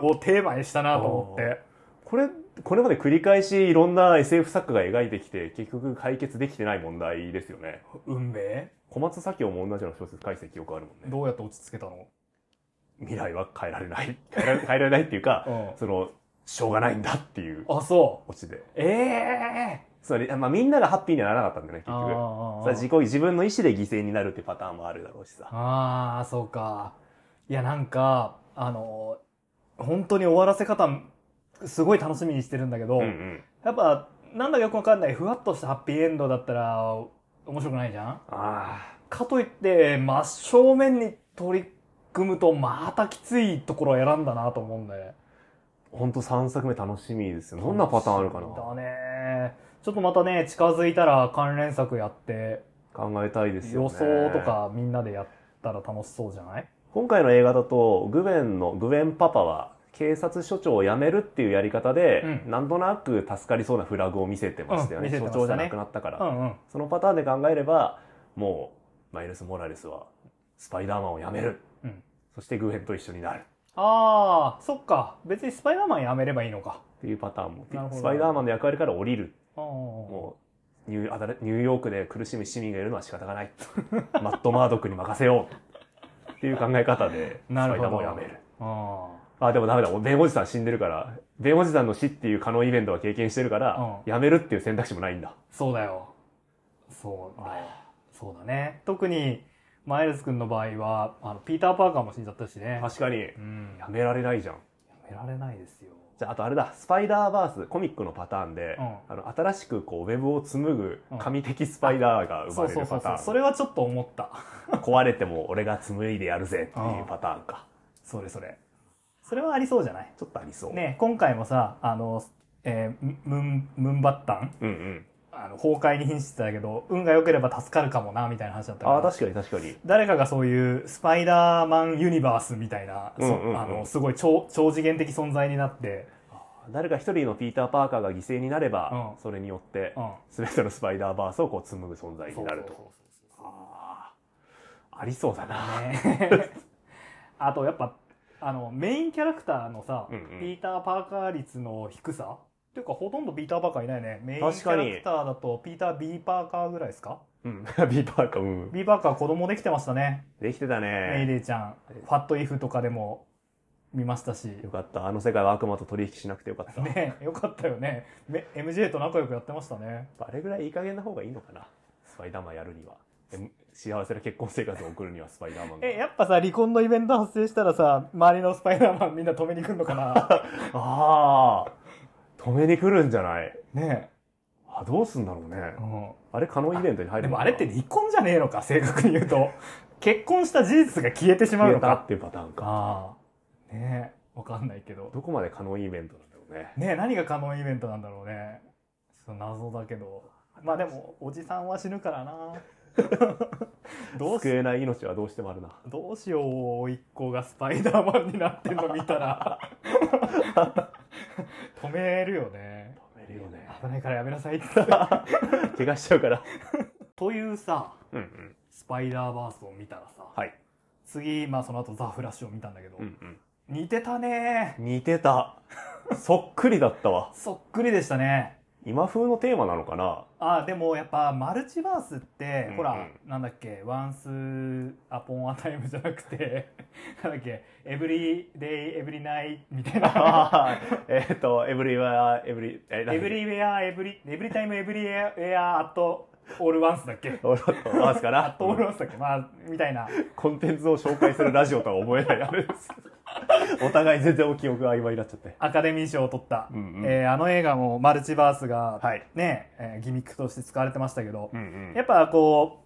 Speaker 1: をテーマにしたなと思って
Speaker 2: これこれまで繰り返しいろんな SF 作家が描いてきて結局解決できてない問題ですよね
Speaker 1: 運命
Speaker 2: 小松左京も同じような小説解析よくあるもんね
Speaker 1: どうやって落ち着けたの、
Speaker 2: 未来は変えられない変えられ変えられないっていうかそのしょうがないんだっていう
Speaker 1: あそう
Speaker 2: オチで
Speaker 1: ええ
Speaker 2: それ、まあ、みんながハッピーにはならなかったんだよね
Speaker 1: ー、
Speaker 2: 結局
Speaker 1: あ
Speaker 2: それは自己自分の意思で犠牲になるってパターンもあるだろうしさ
Speaker 1: ああ、そうか。いや、なんか、あの、本当に終わらせ方、すごい楽しみにしてるんだけど、
Speaker 2: うんうん
Speaker 1: やっぱ、なんだかよくわかんない、ふわっとしたハッピーエンドだったら、面白くないじゃん
Speaker 2: あ
Speaker 1: かといって、真正面に取り組むと、またきついところを選んだなと思うんで。
Speaker 2: あほんと3作目楽しみですよどんなパターンあるかな
Speaker 1: だね。ちょっとまたね、近づいたら関連作やって、
Speaker 2: 考えたいですよ
Speaker 1: 予
Speaker 2: ね
Speaker 1: 想とかみんなでやったら楽しそうじゃない
Speaker 2: 今回の映画だとグウェンのグウェンパパは警察署長を辞めるっていうやり方で、
Speaker 1: うん
Speaker 2: なんとなく助かりそうなフラグを見せてましたよね,、
Speaker 1: うん見せてましたね
Speaker 2: 署長じゃなくなったから、
Speaker 1: うんうん。
Speaker 2: そのパターンで考えればもうマイルス・モラレスはスパイダーマンを辞める、
Speaker 1: うん
Speaker 2: そしてグウェンと一緒になる
Speaker 1: ああ、そっか。別にスパイダーマンやめればいいのか。
Speaker 2: っていうパターンも
Speaker 1: なるほど
Speaker 2: スパイダーマンの役割から降りる
Speaker 1: も
Speaker 2: もうニューアダルニューヨークで苦しむ市民がいるのは仕方がない マット・マードックに任せようっていう考え方でスパ
Speaker 1: な
Speaker 2: イ
Speaker 1: るほど
Speaker 2: ダーマンを辞める。
Speaker 1: う、あ
Speaker 2: あ、でもダメだ。弁護士さん死んでるから、弁護士さんの死っていう可能イベントは経験してるから、辞めるっていう選択肢もないんだ。
Speaker 1: そうだよ。そうだよ。そうだね。特に、マイルズ君の場合は、あの、ピーター・パーカーも死んじゃったしね。
Speaker 2: 確かに、辞
Speaker 1: うん。や
Speaker 2: められないじゃん。
Speaker 1: められないですよ。
Speaker 2: じゃあ、あとあれだ、スパイダーバース、コミックのパターンで、
Speaker 1: うん
Speaker 2: あの新しくこう、ウェブを紡ぐ神的スパイダーが生
Speaker 1: そ
Speaker 2: ま
Speaker 1: う
Speaker 2: れ
Speaker 1: そう
Speaker 2: る
Speaker 1: そ
Speaker 2: パ
Speaker 1: う
Speaker 2: タ
Speaker 1: そう。そ
Speaker 2: ーン。
Speaker 1: れはちょっと思った。
Speaker 2: 壊れても俺が紡いでやるぜっていうパターンか。
Speaker 1: それそれ。それはありそうじゃない
Speaker 2: ちょっとありそう。
Speaker 1: ね今回もさ、あの、えームン、ムンバッタン
Speaker 2: うんうん。
Speaker 1: あの、崩壊に瀕してたけど、運が良ければ助かるかもな、みたいな話だったから。
Speaker 2: ああ、確かに確かに。
Speaker 1: 誰かがそういうスパイダーマンユニバースみたいな、そ
Speaker 2: うんうんうん
Speaker 1: あのすごい超超次元的存在になって、
Speaker 2: 誰か一人のピーター・パーカーが犠牲になれ
Speaker 1: う
Speaker 2: ば、
Speaker 1: ん
Speaker 2: それによって
Speaker 1: う、ん、
Speaker 2: 全てのスパイダーバースをこう紡ぐ存在になる
Speaker 1: そ
Speaker 2: と。
Speaker 1: うそう
Speaker 2: ああ、ありそうだな。
Speaker 1: そうそうね あとやっぱあのメインキャラクターのさ、
Speaker 2: うんうん
Speaker 1: ピーター・パーカー率の低さっていうかほとんどピーター・パーカーいないねメインキ
Speaker 2: 確か
Speaker 1: ャ
Speaker 2: に
Speaker 1: ラクターだとピーター・ B ・パーカーぐらいですか
Speaker 2: うん、 ビーパーか、うん。
Speaker 1: B ・パーカー子供できてましたね、
Speaker 2: できてた
Speaker 1: メイ
Speaker 2: ね。
Speaker 1: レイちゃん「ファット・イフ」とかでも見ましたし
Speaker 2: よかった。あの世界は悪魔と取引しなくてよかった。
Speaker 1: ねよかったよねめ MJ と仲良くやってましたね
Speaker 2: あれぐらいいい加減な方がいいのかな。スパイダーマンやるには。え幸せな結婚生活を送るにはスパイダーマンが。
Speaker 1: え、やっぱさ、離婚のイベント発生したらさ、周りのスパイダーマンみんな止めに来んのかな
Speaker 2: ああ、止めに来るんじゃない
Speaker 1: ね
Speaker 2: あ、どうすんだろうね
Speaker 1: え、。う
Speaker 2: あれ、可能イベントに入
Speaker 1: ん。
Speaker 2: る
Speaker 1: でも
Speaker 2: のか
Speaker 1: あ
Speaker 2: な
Speaker 1: れって離婚じゃねえのか、正確に言うと。結婚した事実が消えてしまう
Speaker 2: 消え
Speaker 1: の
Speaker 2: た
Speaker 1: か。
Speaker 2: っていうパターンか。
Speaker 1: ああ。ねえ。わかんないけど。
Speaker 2: どこまで可能イベントなんだろうね。
Speaker 1: ねえ何が可能イベントなんだろうね。ちょっと謎だけど。まあでも、おじさんは死ぬからな。どう
Speaker 2: 救
Speaker 1: し、
Speaker 2: えない命はどうしてもあるな。
Speaker 1: どうしよう、甥っ子がスパイダーマンになってんの見た ら。止めるよね。
Speaker 2: 止めるよね。
Speaker 1: 危ないからやめなさいって。
Speaker 2: 怪我しちゃうから。
Speaker 1: というさ、
Speaker 2: うんうん。
Speaker 1: スパイダーバースを見たらさ、
Speaker 2: はい。
Speaker 1: 次、まあその後ザ・フラッシュを見たんだけど、
Speaker 2: うん
Speaker 1: 似てたね
Speaker 2: うん。似てた。そっくりだったわ。
Speaker 1: そっくりでしたね。
Speaker 2: 今風のテーマなのかな
Speaker 1: ああ、でもやっぱマルチバースって、
Speaker 2: うん
Speaker 1: ほら、なんだっけ、ワンスアポンアタイムじゃなくて、 なんだっけ、エブリデイ、エブリナイみた いな。
Speaker 2: あーえっと、エブリは、エブリ、え、
Speaker 1: エブリウェア、エブリ、エブリタイム、エブリウェア、アット、オールワンスだっ け
Speaker 2: 俺と回すか
Speaker 1: ア
Speaker 2: な
Speaker 1: ットオールワンスだっけまあ、みたいな。
Speaker 2: コンテンツを紹介するラジオとは思えないあれです けど。お互い全然お記憶が曖昧になっちゃって。
Speaker 1: アカデミー賞を取った、
Speaker 2: うんうん
Speaker 1: えーあの映画もマルチバースが、
Speaker 2: はい
Speaker 1: ね、えーギミックとして使われてましたけど、
Speaker 2: ん
Speaker 1: やっぱこ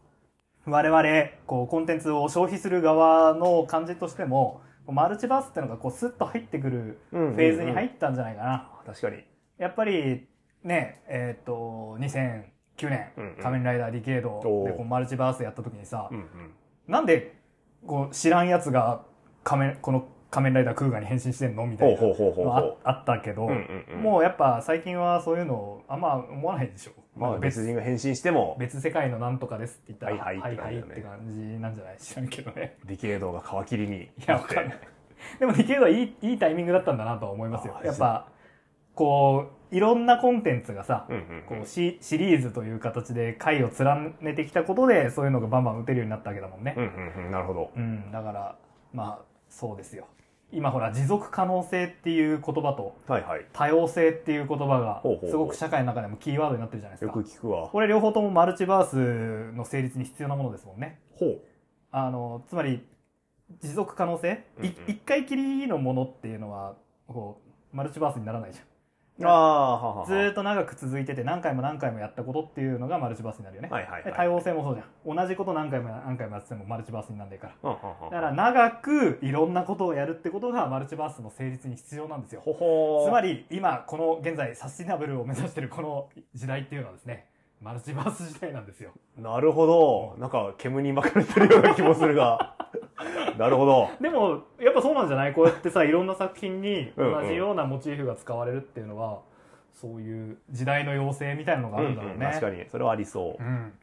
Speaker 1: う、我々、こう、コンテンツを消費する側の感じとしても、こうマルチバースってのがこう、スッと入ってくるフ
Speaker 2: うんうんうん
Speaker 1: ェーズに入ったんじゃないかな。
Speaker 2: 確かに。
Speaker 1: やっぱり、ね、えーっと、2009年、
Speaker 2: うんうん
Speaker 1: 仮面ライダーディケード
Speaker 2: お
Speaker 1: で
Speaker 2: ー
Speaker 1: こうマルチバースやった時にさ、
Speaker 2: うんうん。
Speaker 1: なんで、こう、知らん奴が仮面、この仮面ライダークーガーに変身してんのみたいな
Speaker 2: ほうほうほうほうほう
Speaker 1: のああったけど、
Speaker 2: うんうんうん
Speaker 1: もうやっぱ最近はそういうのあんま思わないでしょ。
Speaker 2: まあ別人が変身しても、
Speaker 1: 別世界のなんとかですって言ったら、
Speaker 2: はいはいって
Speaker 1: はい
Speaker 2: 感じだよ
Speaker 1: っ
Speaker 2: ね
Speaker 1: て感じなんじゃない知らんけどね。
Speaker 2: ディケードが皮切りに。い
Speaker 1: いや、わかんない。でも、ディケードはいい、いいタイミングだったんだなとは思いますよ
Speaker 2: あ。ー
Speaker 1: やっぱ、こう、いろんなコンテンツがさ、
Speaker 2: うんうん
Speaker 1: こうシシリーズという形で回を連ねてきたことで、そういうのがバンバン打てるようになったわけだもんね
Speaker 2: う。ん。うんうん。なるほど。
Speaker 1: うん、だから、まあ、そうですよ。今ほら、持続可能性っていう言葉と、
Speaker 2: はいはい。
Speaker 1: 多様性っていう言葉
Speaker 2: ほうほうほ
Speaker 1: が、
Speaker 2: う
Speaker 1: すごく社会の中でもキーワードになってるじゃないです
Speaker 2: よ
Speaker 1: か
Speaker 2: く。聞くわ。
Speaker 1: これ両方ともマルチバースの成立に必要なものですもんね。
Speaker 2: ほう。
Speaker 1: あの、つまり、持続可能性、い
Speaker 2: うんうん
Speaker 1: 一回きりのものっていうのは、こう、マルチバースにならないじ
Speaker 2: ああ、はは
Speaker 1: ゃ
Speaker 2: は
Speaker 1: ん。ずーっと長く続いてて、何回も何回もやったことっていうのがマルチバースになるよね。
Speaker 2: はいはいは
Speaker 1: で
Speaker 2: い。
Speaker 1: 多様性もそうじゃん。同じこと何回も何回もやっててもマルチバースになんないから。
Speaker 2: うんうんうん
Speaker 1: だから、長くいろんなことをやるってことがマルチバースの成立に必要なんですよ。
Speaker 2: ほほー
Speaker 1: つまり、今、この現在、サスティナブルを目指してるこの時代っていうのはですね、マルチバース時代なんですよ。
Speaker 2: なるほど。なんか、煙に巻かれてるような気もする が。なるほど。
Speaker 1: でもやっぱそうなんじゃないこうやってさいろんな作品に
Speaker 2: うん
Speaker 1: 同じようなモチーフが使われるっていうのはそういう時代の要請みたいなのがあるんだろう
Speaker 2: うんうん確か
Speaker 1: ね。
Speaker 2: に。それはありそうう。
Speaker 1: ん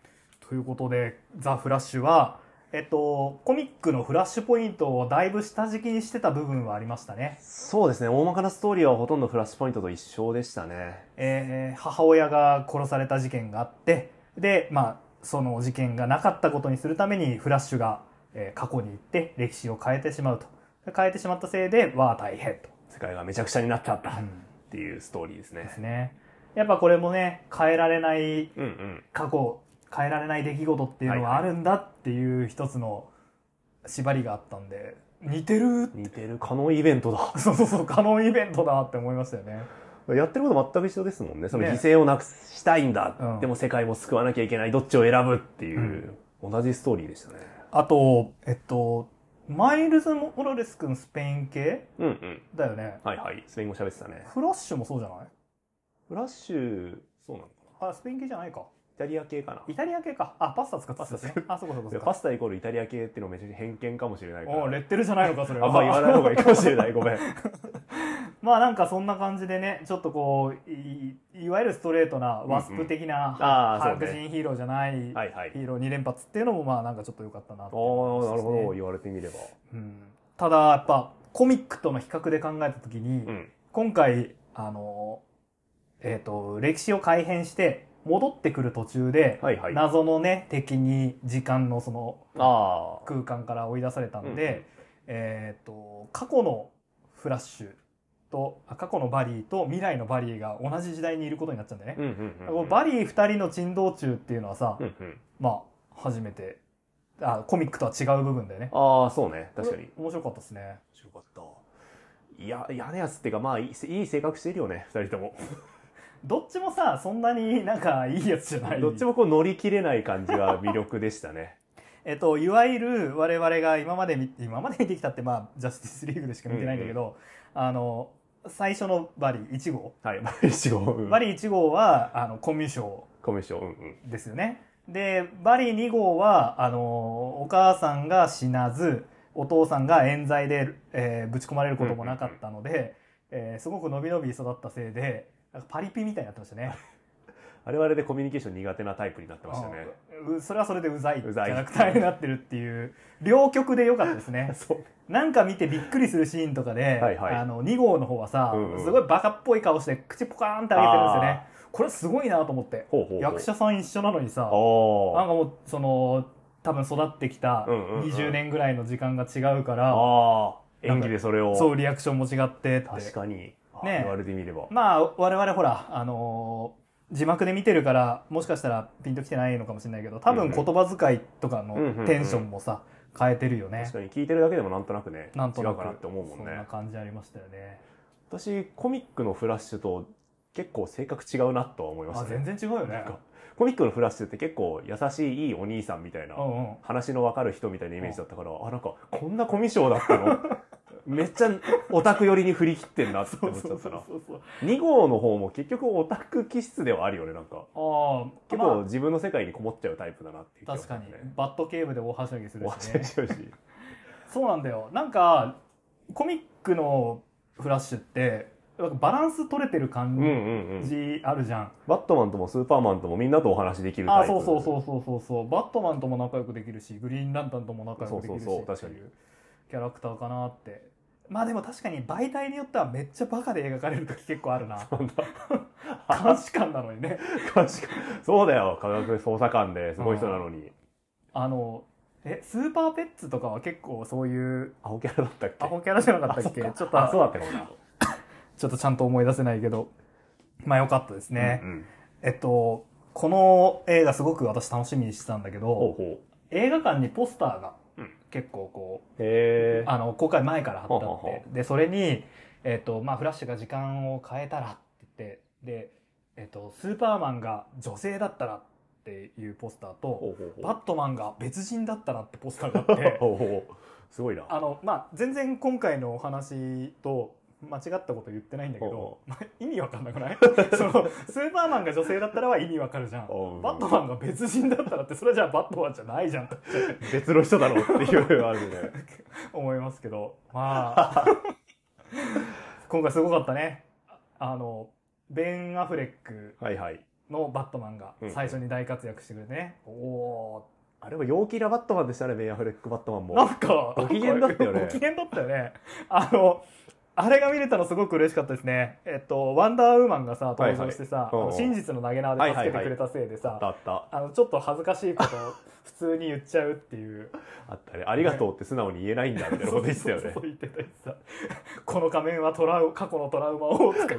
Speaker 1: ということで「ザ・フラッシュは」えっと、コミックのフラッシュポイントをだいぶ下敷きにしてた部分はありましたね。
Speaker 2: そうですね。大まかなストーリーはほとんどフラッシュポイントと一緒でしたね。
Speaker 1: えー母親が殺された事件があってで、まあ、その事件がなかったことにするためにフラッシュが、えー過去に行って歴史を変えてしまうと。で変えてしまったせいで、わあ大変と。
Speaker 2: 世界がめちゃくちゃになっちゃった
Speaker 1: う
Speaker 2: っ
Speaker 1: ん
Speaker 2: ていうストーリーです
Speaker 1: です
Speaker 2: ね。
Speaker 1: ね。やっぱこれもね、変えられない
Speaker 2: うんうん。
Speaker 1: 過去、変えられない出来事っていうのはあ
Speaker 2: はい
Speaker 1: るんだっていう一つの縛りがあったんで、似てる
Speaker 2: 似てる可能イベントだ。
Speaker 1: そうそうそう、可能イベントだって思いましたよね。
Speaker 2: やってること全く一緒ですもんね。その
Speaker 1: ね
Speaker 2: 犠牲をなくしたいんだ。
Speaker 1: うん
Speaker 2: でも世界も救わなきゃいけない。どっちを選ぶっていうう、同じストーリーでしたね。
Speaker 1: あと、えっと、マイルズ・モロレス君スペイン系
Speaker 2: うんうん。
Speaker 1: だよね。
Speaker 2: はいはい。スペイン語喋ってたね。
Speaker 1: フラッシュもそうじゃない
Speaker 2: フラッシュ、そうなのかな
Speaker 1: あ、スペイン系じゃないか。
Speaker 2: イタリア系かな
Speaker 1: イタリア系か。あ、パスタ使ってたやつね。あ、そうかそうかそう
Speaker 2: パ
Speaker 1: か。
Speaker 2: スタイコールイタリア系っていうのめちゃくちゃ偏見かもしれないか
Speaker 1: お
Speaker 2: ら。
Speaker 1: うレッテルじゃないのか、それ
Speaker 2: あ
Speaker 1: は。
Speaker 2: んま言わない方がいいかもしれない。 ごめん。
Speaker 1: まあなんかそんな感じでね、ちょっとこう、いいわゆるストレートなワスプ的な
Speaker 2: あーそう
Speaker 1: 白
Speaker 2: ね
Speaker 1: 人ヒーローじゃないヒ
Speaker 2: はいはい。
Speaker 1: ーロー2連発っていうのもまあなんかちょっと良かったなって
Speaker 2: ああ、
Speaker 1: 思い
Speaker 2: な
Speaker 1: ま
Speaker 2: る
Speaker 1: した
Speaker 2: ほ
Speaker 1: ね
Speaker 2: ど。言われてみれば。
Speaker 1: うんただやっぱコミックとの比較で考えた時に、
Speaker 2: うん。
Speaker 1: 今回、あの、えっ、と、歴史を改変して戻ってくる途中で、
Speaker 2: はいはい。あ
Speaker 1: 謎のね、敵に時間のその
Speaker 2: あー。
Speaker 1: 空間から追い出された
Speaker 2: うん
Speaker 1: で、えっ、と、過去のフラッシュと、あ過去のバリーと未来のバリーが同じ時代にいることになっちゃうんだよね。
Speaker 2: んうんうんうん。
Speaker 1: このバリー二人の珍道中っていうのはさ、
Speaker 2: うんうん。
Speaker 1: まあ、初めて、あ、コミックとは違う部分だよね。
Speaker 2: ああ、そうね。確かに。面
Speaker 1: これ面白かったですね。
Speaker 2: 白かった。いや、嫌なやつっていうか、まあ、いいいい性格しているよね、二人とも。
Speaker 1: どっちもさ、そんなになんかいいやつじゃない。
Speaker 2: どっちもこう乗り切れない感じが魅力でしたね。
Speaker 1: えっと、いわゆる我々が今まで見今まで見てきたって、まあ、ジャスティスリーグでしか見てないんだけど、あの、最初のバリー1号。
Speaker 2: はい、バリ1号。うん
Speaker 1: バリー1号は、あの、コミュ障
Speaker 2: コミュ障。うん
Speaker 1: ですよね。で、バリー2号は、あの、お母さんが死なず、お父さんが冤罪で、えーぶち込まれることもなかったので、えーすごく伸び伸び育ったせいで、なんかパリピみたいになってましたね。
Speaker 2: あれはあれでコミュニケーション苦手なタイプになってましたね。
Speaker 1: うんうそれはそれでうざいキ
Speaker 2: うざい
Speaker 1: ャラクターになってるっていう、両極で良かったですね。
Speaker 2: そう。
Speaker 1: なんか見てびっくりするシーンとかで、
Speaker 2: はいはい
Speaker 1: あの2号の方はさ、
Speaker 2: うんうん
Speaker 1: すごいバカっぽい顔して口ポカーンって上げてるんですよね。これすごいなと思って。
Speaker 2: ほうほうほう。
Speaker 1: 役者さん一緒なのにさ、なん
Speaker 2: あ
Speaker 1: かもうその多分育ってきた
Speaker 2: うんうんうん
Speaker 1: 20年ぐらいの時間が違うか
Speaker 2: あ。
Speaker 1: ら、
Speaker 2: ああ。演技でそれを。
Speaker 1: そうリアクションも違ってって。
Speaker 2: 確かに。あ
Speaker 1: ね
Speaker 2: 言われてみれば。
Speaker 1: まあ我々ほらあのー字幕で見てるからもしかしたらピンときてないのかもしれないけど多
Speaker 2: うん
Speaker 1: 分
Speaker 2: うん
Speaker 1: 言葉遣いとか
Speaker 2: うんうんう
Speaker 1: の
Speaker 2: ん
Speaker 1: テンションもさ変えてるよね
Speaker 2: 確かに聞いてるだけでもなんとなくね、
Speaker 1: なんとな
Speaker 2: 違う
Speaker 1: く
Speaker 2: かなって思うもん
Speaker 1: そんな
Speaker 2: ね。
Speaker 1: 感じありましたよね
Speaker 2: 私、コミックのフラッシュと結構性格違うなとは思いまし
Speaker 1: あ
Speaker 2: たね。
Speaker 1: 全然違うよね
Speaker 2: なんかコミックのフラッシュって結構優しいいいお兄さんみたいな、
Speaker 1: うんうん
Speaker 2: 話の分かる人みたいなイメージだったから、あ、なんか、こんなコミュ障だったの めっちゃオタク寄りに振り切ってんなって
Speaker 1: そ
Speaker 2: 思
Speaker 1: う
Speaker 2: っち
Speaker 1: そ
Speaker 2: ゃ
Speaker 1: う
Speaker 2: った
Speaker 1: そう
Speaker 2: な。
Speaker 1: そう
Speaker 2: 2号の方も結局オタク気質ではあるよね、なんか。
Speaker 1: ああ
Speaker 2: 結構自分の世界にこもっちゃうタイプだなっていう気
Speaker 1: まあ
Speaker 2: がし
Speaker 1: 確か
Speaker 2: ま
Speaker 1: に
Speaker 2: すね。
Speaker 1: バットケーブで大はしゃぎする
Speaker 2: 終わっ
Speaker 1: し
Speaker 2: ちゃ
Speaker 1: ね
Speaker 2: うし。
Speaker 1: そうなんだよなんかコミックのフラッシュってなんかバランス取れてる
Speaker 2: うんう
Speaker 1: 感
Speaker 2: んうん。
Speaker 1: じあるじゃん、
Speaker 2: バットマンともスーパーマンともみんなとお話できるタイプ。
Speaker 1: あそう そうそうそうそうそうバットマンとも仲良くできるしグリーンランタンとも仲良くできるし
Speaker 2: そうそうそう
Speaker 1: っていうキャラクターかなってまあでも確かに媒体によってはめっちゃバカで描かれる時結構ある な
Speaker 2: なんだ。
Speaker 1: 監視官なのにね
Speaker 2: 確かに。そうだよ。科学捜査官ですごい人なのに。
Speaker 1: あのえスーパーペッツとかは結構そういう
Speaker 2: アホキャラだったっけ
Speaker 1: アホキャラじゃなかったっけ
Speaker 2: あ
Speaker 1: ちょ
Speaker 2: そ
Speaker 1: っ
Speaker 2: あ、そう
Speaker 1: と
Speaker 2: だったかもな。
Speaker 1: ちょっとちゃんと思い出せないけどまあ良かったですね、
Speaker 2: うんうん
Speaker 1: えっと、この映画すごく私楽しみにしてたんだけ
Speaker 2: ほう
Speaker 1: ど、
Speaker 2: ほう。
Speaker 1: 映画館にポスターが
Speaker 2: うん
Speaker 1: 結構こう、
Speaker 2: へえ。
Speaker 1: あの、公開前から貼ってあ
Speaker 2: ほ
Speaker 1: っ
Speaker 2: うほう
Speaker 1: て、で、それに、えっと、まあ、フラッシュが時間を変えたらって言って、で、えっと、スーパーマンが女性だったらっていうポスターと、
Speaker 2: ほうほうほう
Speaker 1: バットマンが別人だったらってポスターがあって、
Speaker 2: おおすごいな。
Speaker 1: あの、まあ、全然今回のお話と、間違ったこと言ってないんだけど
Speaker 2: ほ、
Speaker 1: まあ意味わかんなくない その、スーパーマンが女性だったらは意味わかるじゃん。
Speaker 2: うん
Speaker 1: バットマンが別人だったらってそれじゃあバットマンじゃないじゃんと
Speaker 2: 別の人だろうっていうのがあるね。
Speaker 1: 思いますけどまあ今回すごかったねあのベン・アフレック
Speaker 2: はいはい。
Speaker 1: のバットマンが最初に大活躍してくれてね、おお
Speaker 2: あれは陽気なバットマンでしたね、ベン・アフレック・バットマン
Speaker 1: ーな
Speaker 2: も。
Speaker 1: んか
Speaker 2: ご機嫌だったよね
Speaker 1: ご機嫌だったよねあのあれが見れたのすごく嬉しかったですねえっとワンダーウーマンがさ登場してさ、
Speaker 2: はいはい
Speaker 1: あの真実の投げ縄で助けてくれたせいでさ、
Speaker 2: あったあった。
Speaker 1: あのちょっと恥ずかしいことを普通に言っちゃうっていう
Speaker 2: あったね。ありがとうって素直に言えないんだみたいなこと言ってたよ
Speaker 1: そう
Speaker 2: ね
Speaker 1: そうそ。う言ってた言ってた この仮面はトラウ過去のトラウマを使う、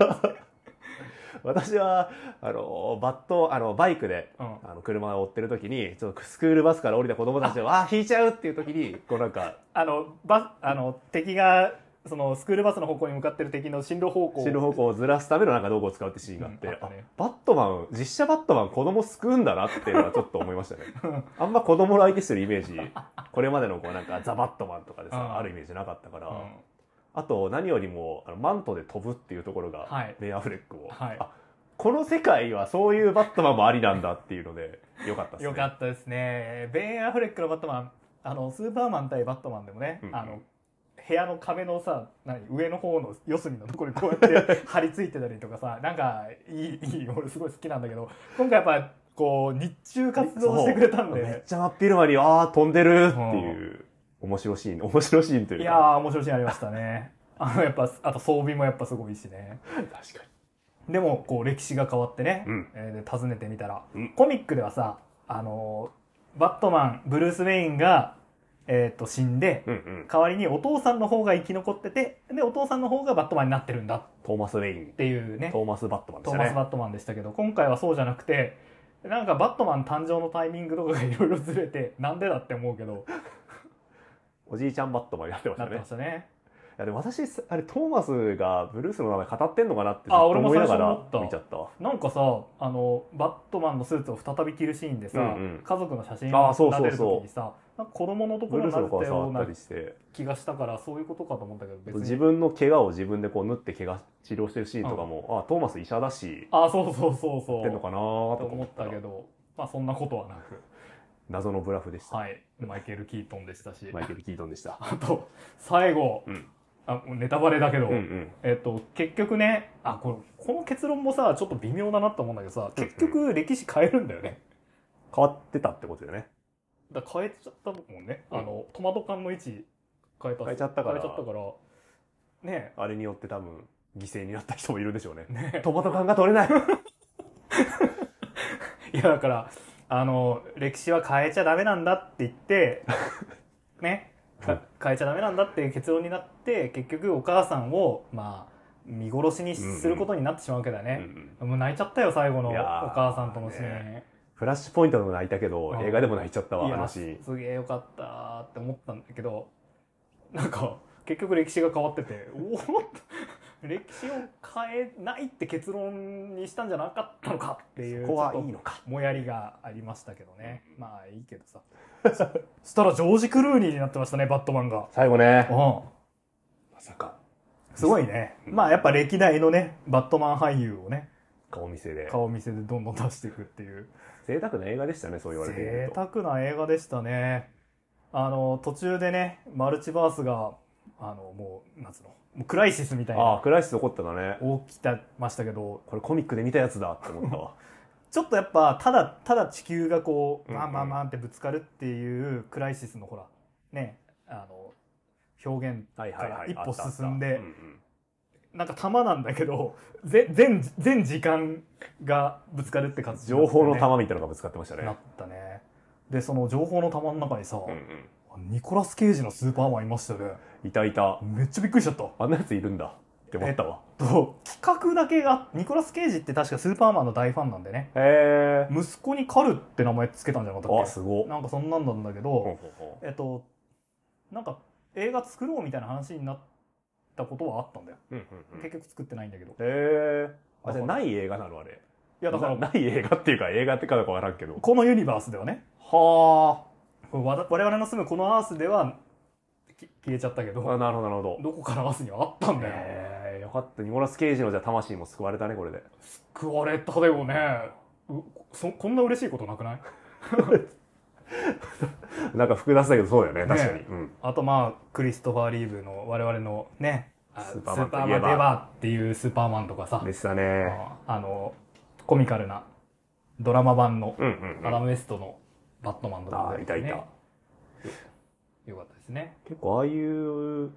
Speaker 2: 私は、あの、バット、あの、バイクで、
Speaker 1: うん、
Speaker 2: あの、車を追ってる時に、ちょっとスクールバスから降りた子供たちを、あー、引いちゃうっていう時に、こうなんか、
Speaker 1: あのバあの敵がそのスクールバスの方向に向かってる敵の進路方向
Speaker 2: 進路方向をずらすためのなんか道具を使うってシーンがあって、
Speaker 1: うんあったね
Speaker 2: あバットマン、実写バットマン子供救うんだなっていうのはちょっと思いましたね。 あんま子供の相手してるイメージ、これまでのこうなんかザ・バットマンとかでさ、
Speaker 1: うん
Speaker 2: あるイメージなかったから、
Speaker 1: うん
Speaker 2: あと何よりもあのマントで飛ぶっていうところが、
Speaker 1: はい
Speaker 2: ベン・アフレックを、
Speaker 1: はい
Speaker 2: あこの世界はそういうバットマンもありなんだっていうので、よかったですね。
Speaker 1: よかったですねベン・アフレックのバットマンあのスーパーマン対バットマンでもね、
Speaker 2: うんうん
Speaker 1: あの部屋の壁のさ何上の方の四隅のところにこうやって 張り付いてたりとかさなんかいいいい俺すごい好きなんだけど今回やっぱこう日中活動してくれたんで
Speaker 2: そうめっちゃ真っ昼間に、ああ、飛んでるっていう、面白シーン、面白シーンというか、
Speaker 1: いやー、面白いシーンありましたね。 あの、やっぱ、あと装備もやっぱすごいしね。
Speaker 2: 確かに。
Speaker 1: でも、こう、歴史が変わってね、
Speaker 2: うん
Speaker 1: えーで訪ねてみたら、
Speaker 2: うん
Speaker 1: コミックではさ、あのーバットマン、ブルース・ウェインが、えっ、と、死んで、
Speaker 2: うんうん。
Speaker 1: 代わりにお父さんの方が生き残ってて、で、お父さんの方がバットマンになってるんだっ
Speaker 2: トーマス・ウェイン、
Speaker 1: ていうね、
Speaker 2: トーマス・バットマンで
Speaker 1: ト
Speaker 2: し
Speaker 1: ー
Speaker 2: た
Speaker 1: マ
Speaker 2: ね
Speaker 1: ス・。バットマンでしたけど、今回はそうじゃなくて、なんかバットマン誕生のタイミングとかがいろいろずれて、なんでだって思うけど、
Speaker 2: おじいちゃんバットマンになってまし
Speaker 1: な
Speaker 2: た
Speaker 1: って
Speaker 2: ね
Speaker 1: ま。したね。
Speaker 2: いやでも私、あれ、トーマスがブルースの名前語ってんのかなって
Speaker 1: あ俺も
Speaker 2: 思いなが
Speaker 1: 最初思った
Speaker 2: ら見ちゃったわ。
Speaker 1: なんかさあのバットマンのスーツを再び着るシーンでさ、
Speaker 2: うんうん
Speaker 1: 家族の写真
Speaker 2: あ
Speaker 1: が
Speaker 2: ーそうそうそう
Speaker 1: 出る時にさなんか子供のとこ
Speaker 2: ブ
Speaker 1: ろ
Speaker 2: ル
Speaker 1: に
Speaker 2: ース
Speaker 1: な
Speaker 2: の
Speaker 1: っ
Speaker 2: 子
Speaker 1: たよ
Speaker 2: は触
Speaker 1: う
Speaker 2: った
Speaker 1: な
Speaker 2: りして
Speaker 1: 気がしたからそういうことかと思ったけど別に
Speaker 2: 自分の怪我を自分でこう縫って怪我治療してるシーンとかも、あトーマス医者だし
Speaker 1: あそうそうそうそう
Speaker 2: やってんのかな
Speaker 1: と
Speaker 2: ーとか
Speaker 1: 思
Speaker 2: 思っ
Speaker 1: ったた
Speaker 2: ら
Speaker 1: けどまあそんなことはなく
Speaker 2: 謎のブラフでした、
Speaker 1: はいマイケル・キートンでしたし
Speaker 2: マイケル・キートンでした
Speaker 1: あと最後、
Speaker 2: うん
Speaker 1: あもうネタバレだけど、
Speaker 2: うんうん
Speaker 1: えっと、結局ねあこれこの結論もさちょっと微妙だなと思うんだけどさ結局歴史変えるんだよね
Speaker 2: 変わってたってことだよね
Speaker 1: だから変えちゃったもんね、
Speaker 2: うん
Speaker 1: あのトマト缶の位置変えた
Speaker 2: 変えちゃったから
Speaker 1: 変えちゃったからね
Speaker 2: あれによって多分犠牲になった人もいるでしょうね
Speaker 1: えね
Speaker 2: トマト缶が取れない
Speaker 1: えい やだからあの歴史は変えちゃダメなんだって言って ねか変えちゃダメなんだっていう結論になって結局お母さんをまあ見殺しにすることになってしまうわけだよ
Speaker 2: うんう
Speaker 1: ね、
Speaker 2: ん
Speaker 1: もう泣いちゃったよ最後のお
Speaker 2: いやー
Speaker 1: 母さんとのシーン、
Speaker 2: フラッシュポイントでも泣いたけ
Speaker 1: う
Speaker 2: ど
Speaker 1: ん
Speaker 2: 映画でも泣いちゃった
Speaker 1: い
Speaker 2: わ
Speaker 1: や
Speaker 2: 話
Speaker 1: すげえよかったーって思ったんだけどなんか結局歴史が変わってて おお歴史を変えないって結論にしたんじゃなかったのかっていう
Speaker 2: そこはい
Speaker 1: ち
Speaker 2: い
Speaker 1: ょっ
Speaker 2: のか
Speaker 1: ともやりがありましたけどねまあいいけどさ そしたらジョージ・クルーニーになってましたねバットマンが
Speaker 2: 最後ね
Speaker 1: うん
Speaker 2: まさか
Speaker 1: すごいねまあやっぱ歴代のねバットマン俳優をね
Speaker 2: 顔見せで
Speaker 1: 顔見せでどんどん出していくっていう
Speaker 2: 贅沢な映画でしたねそう言われてみる
Speaker 1: 贅
Speaker 2: と
Speaker 1: 沢な映画でしたねあの途中でねマルチバースがあのもうなんつうのもうクライシスみたい
Speaker 2: ああ
Speaker 1: な
Speaker 2: クライシス起こっただね
Speaker 1: 起きてましたけど
Speaker 2: これコミックで見たやつだって思ったわ
Speaker 1: ちょっとやっぱただただ地球がこう
Speaker 2: うんうん
Speaker 1: まあまあまあってぶつかるっていうクライシスのほらねあの表現
Speaker 2: はい
Speaker 1: はいはい一歩進んで
Speaker 2: あったあったうんうん
Speaker 1: なんか玉なんだけどぜ全全時間がぶつかるって感じになっ
Speaker 2: 情
Speaker 1: てね、
Speaker 2: 報の玉みたいなのがぶつかってましたね
Speaker 1: なったねでその情報の玉の中にさ、
Speaker 2: うんうん
Speaker 1: ニコラス・ケイジのスーパーマンいましたね
Speaker 2: いたいた
Speaker 1: めっちゃびっくりしちゃった
Speaker 2: あんなやついるんだって思ったわ
Speaker 1: と企画だけがニコラス・ケイジって確かスーパーマンの大ファンなんでね
Speaker 2: へえ
Speaker 1: 息子にカルって名前つけたんじゃなかった
Speaker 2: あ
Speaker 1: っ
Speaker 2: すご
Speaker 1: けなんかそんなんなんだけ
Speaker 2: ほう
Speaker 1: ど、
Speaker 2: ほうほ
Speaker 1: えっとなんか映画作ろうみたいな話になったことはあったんだよ、
Speaker 2: ううんうんうんへ
Speaker 1: 結局作ってないんだけど
Speaker 2: えあじゃ
Speaker 1: だ
Speaker 2: あ
Speaker 1: から
Speaker 2: ない映画なのあれ
Speaker 1: いやだから
Speaker 2: なない映画っていうか映画ってかどうかわからんけど
Speaker 1: このユニバースではね
Speaker 2: は
Speaker 1: これわた我々の住むこのアースではき消えちゃったけ
Speaker 2: あ
Speaker 1: ど
Speaker 2: なるほどなるほど
Speaker 1: どこからアースにはあったんだよ、
Speaker 2: えー、よかったニコラス・ケイジのじゃあ魂も救われたねこれで
Speaker 1: 食われたでもねうそこんな嬉しいことなくない
Speaker 2: なんか複雑だけどそうだよね
Speaker 1: ね
Speaker 2: 確かに、うん
Speaker 1: あとまあクリストファー・リーブの我々のねあ
Speaker 2: スーパーマンといえば
Speaker 1: スーパーマンといえばっていうスーパーマンとかさ
Speaker 2: でしたね
Speaker 1: あのコミカルなドラマ版の
Speaker 2: うんうん、う
Speaker 1: アラ
Speaker 2: ん、
Speaker 1: ム・ウェストのバットマンとか
Speaker 2: あーいたいた
Speaker 1: よよかったですね
Speaker 2: 結構ああいう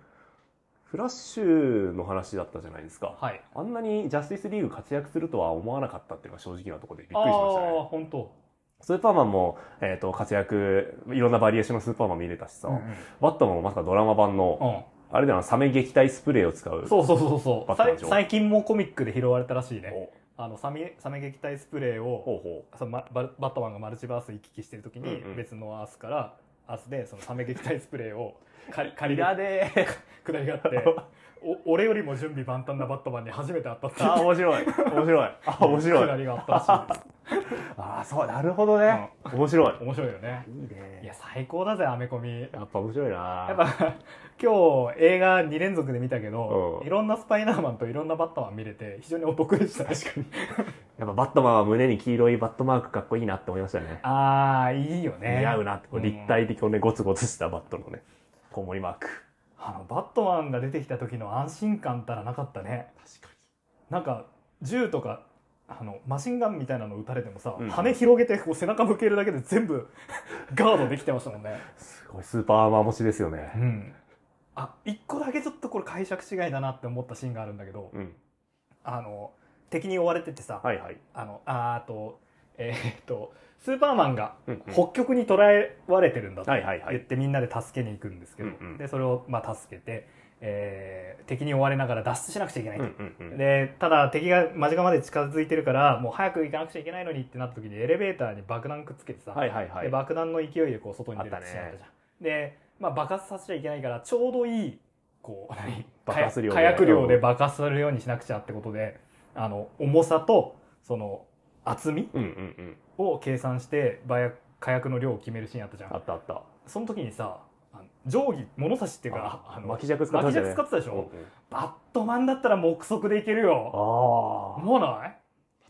Speaker 2: フラッシュの話だったじゃないですか、
Speaker 1: はい
Speaker 2: あんなにジャスティスリーグ活躍するとは思わなかったっていうのが正直なところでびっ
Speaker 1: あ
Speaker 2: くりしました
Speaker 1: あー
Speaker 2: ね。
Speaker 1: 本当
Speaker 2: スーパーマンも、えっ、と、活躍、いろんなバリエーションのスーパーマン見れたしさ、
Speaker 1: うんうん
Speaker 2: バットマンもまさかドラマ版の、
Speaker 1: う
Speaker 2: あれだよな、サメ撃退スプレーを使う。
Speaker 1: ん、そうそうそうそ
Speaker 2: バ
Speaker 1: う
Speaker 2: ットマン
Speaker 1: 最
Speaker 2: でしょ
Speaker 1: 最近もコミックで拾われたらしいね
Speaker 2: お
Speaker 1: あのサメサメ撃退スプレーを
Speaker 2: ほうほ
Speaker 1: そのまババットマンがマルチバース行き来してる時に
Speaker 2: うんうん
Speaker 1: 別のアースからアースでそのサメ撃退スプレーを借り
Speaker 2: う。
Speaker 1: 借りる
Speaker 2: で
Speaker 1: くだりがあってお俺よりも準備万端なバットマンに初めて会ったっていう
Speaker 2: ああ、面白い。面 白い。あ面
Speaker 1: くだ
Speaker 2: 白い。
Speaker 1: りがあったらしいで
Speaker 2: ああ、そう、なるほどね。面白い。
Speaker 1: す面白いよね
Speaker 2: いい
Speaker 1: い
Speaker 2: ね。
Speaker 1: や最高だぜアメコミ
Speaker 2: やっぱ面白いな
Speaker 1: やっぱ今日映画2連続で見たけど
Speaker 2: うん
Speaker 1: いろんなスパイダーマンといろんなバットマン見れて非常にお得でした確かに
Speaker 2: やっぱバットマンは胸に黄色いバットマークかっこいいなって思いましたね。
Speaker 1: ああいいよね
Speaker 2: 似合うなって、こ
Speaker 1: う
Speaker 2: う
Speaker 1: ん
Speaker 2: 立体的なね、ゴツゴツしたバットのね、こう森マーク。
Speaker 1: あのバットマンが出てきた時の安心感たらなかったね
Speaker 2: 確かに。
Speaker 1: なんか銃とかあのマシンガンみたいなの撃たれてもさ、
Speaker 2: うん
Speaker 1: 羽広げてこう背中向けるだけで全部 ガードできてましたもんね。
Speaker 2: すごいスーパーアーマー持ちですよね。
Speaker 1: ん、あ一個だけちょっとこれ解釈違いだなって思ったシーンがあるんだけど、
Speaker 2: うん。
Speaker 1: あの敵に追われててさ、
Speaker 2: はいはい。
Speaker 1: あのあーあとえーっとスーパーマンが
Speaker 2: うんうん
Speaker 1: 北極に捕らえられてるんだと
Speaker 2: はいはいは
Speaker 1: 言っ
Speaker 2: い。
Speaker 1: てみんなで助けに行くんですけど、
Speaker 2: うんうん
Speaker 1: でそれをまあ助けて、えー敵に追われながら脱出しなくちゃいけない
Speaker 2: うん
Speaker 1: と。
Speaker 2: うんうん。
Speaker 1: でただ敵が間近まで近づいてるからもう早く行かなくちゃいけないのにってなった時にエレベーターに爆弾くっつけてさ、
Speaker 2: はいはいは
Speaker 1: で
Speaker 2: い。
Speaker 1: 爆弾の勢いでこう外に出る
Speaker 2: あったね
Speaker 1: シーンあったじゃん、で、まあ、爆発させちゃいけないからちょうどいいこう何
Speaker 2: 爆発量で
Speaker 1: 火薬量で爆発するようにしなくちゃってことで、あの重さとその厚み
Speaker 2: うんうんうん。
Speaker 1: を計算して爆薬火薬の量を決めるシーンあったじゃ
Speaker 2: あ
Speaker 1: ん
Speaker 2: ったあった。
Speaker 1: その時にさあの定規物差しっていうか
Speaker 2: あ
Speaker 1: あの
Speaker 2: 巻き尺使ってましたね
Speaker 1: 巻き尺使ってたでし
Speaker 2: う
Speaker 1: ょ
Speaker 2: んうん
Speaker 1: バットマンだったら目測でいけるよ
Speaker 2: ああ。
Speaker 1: 思わない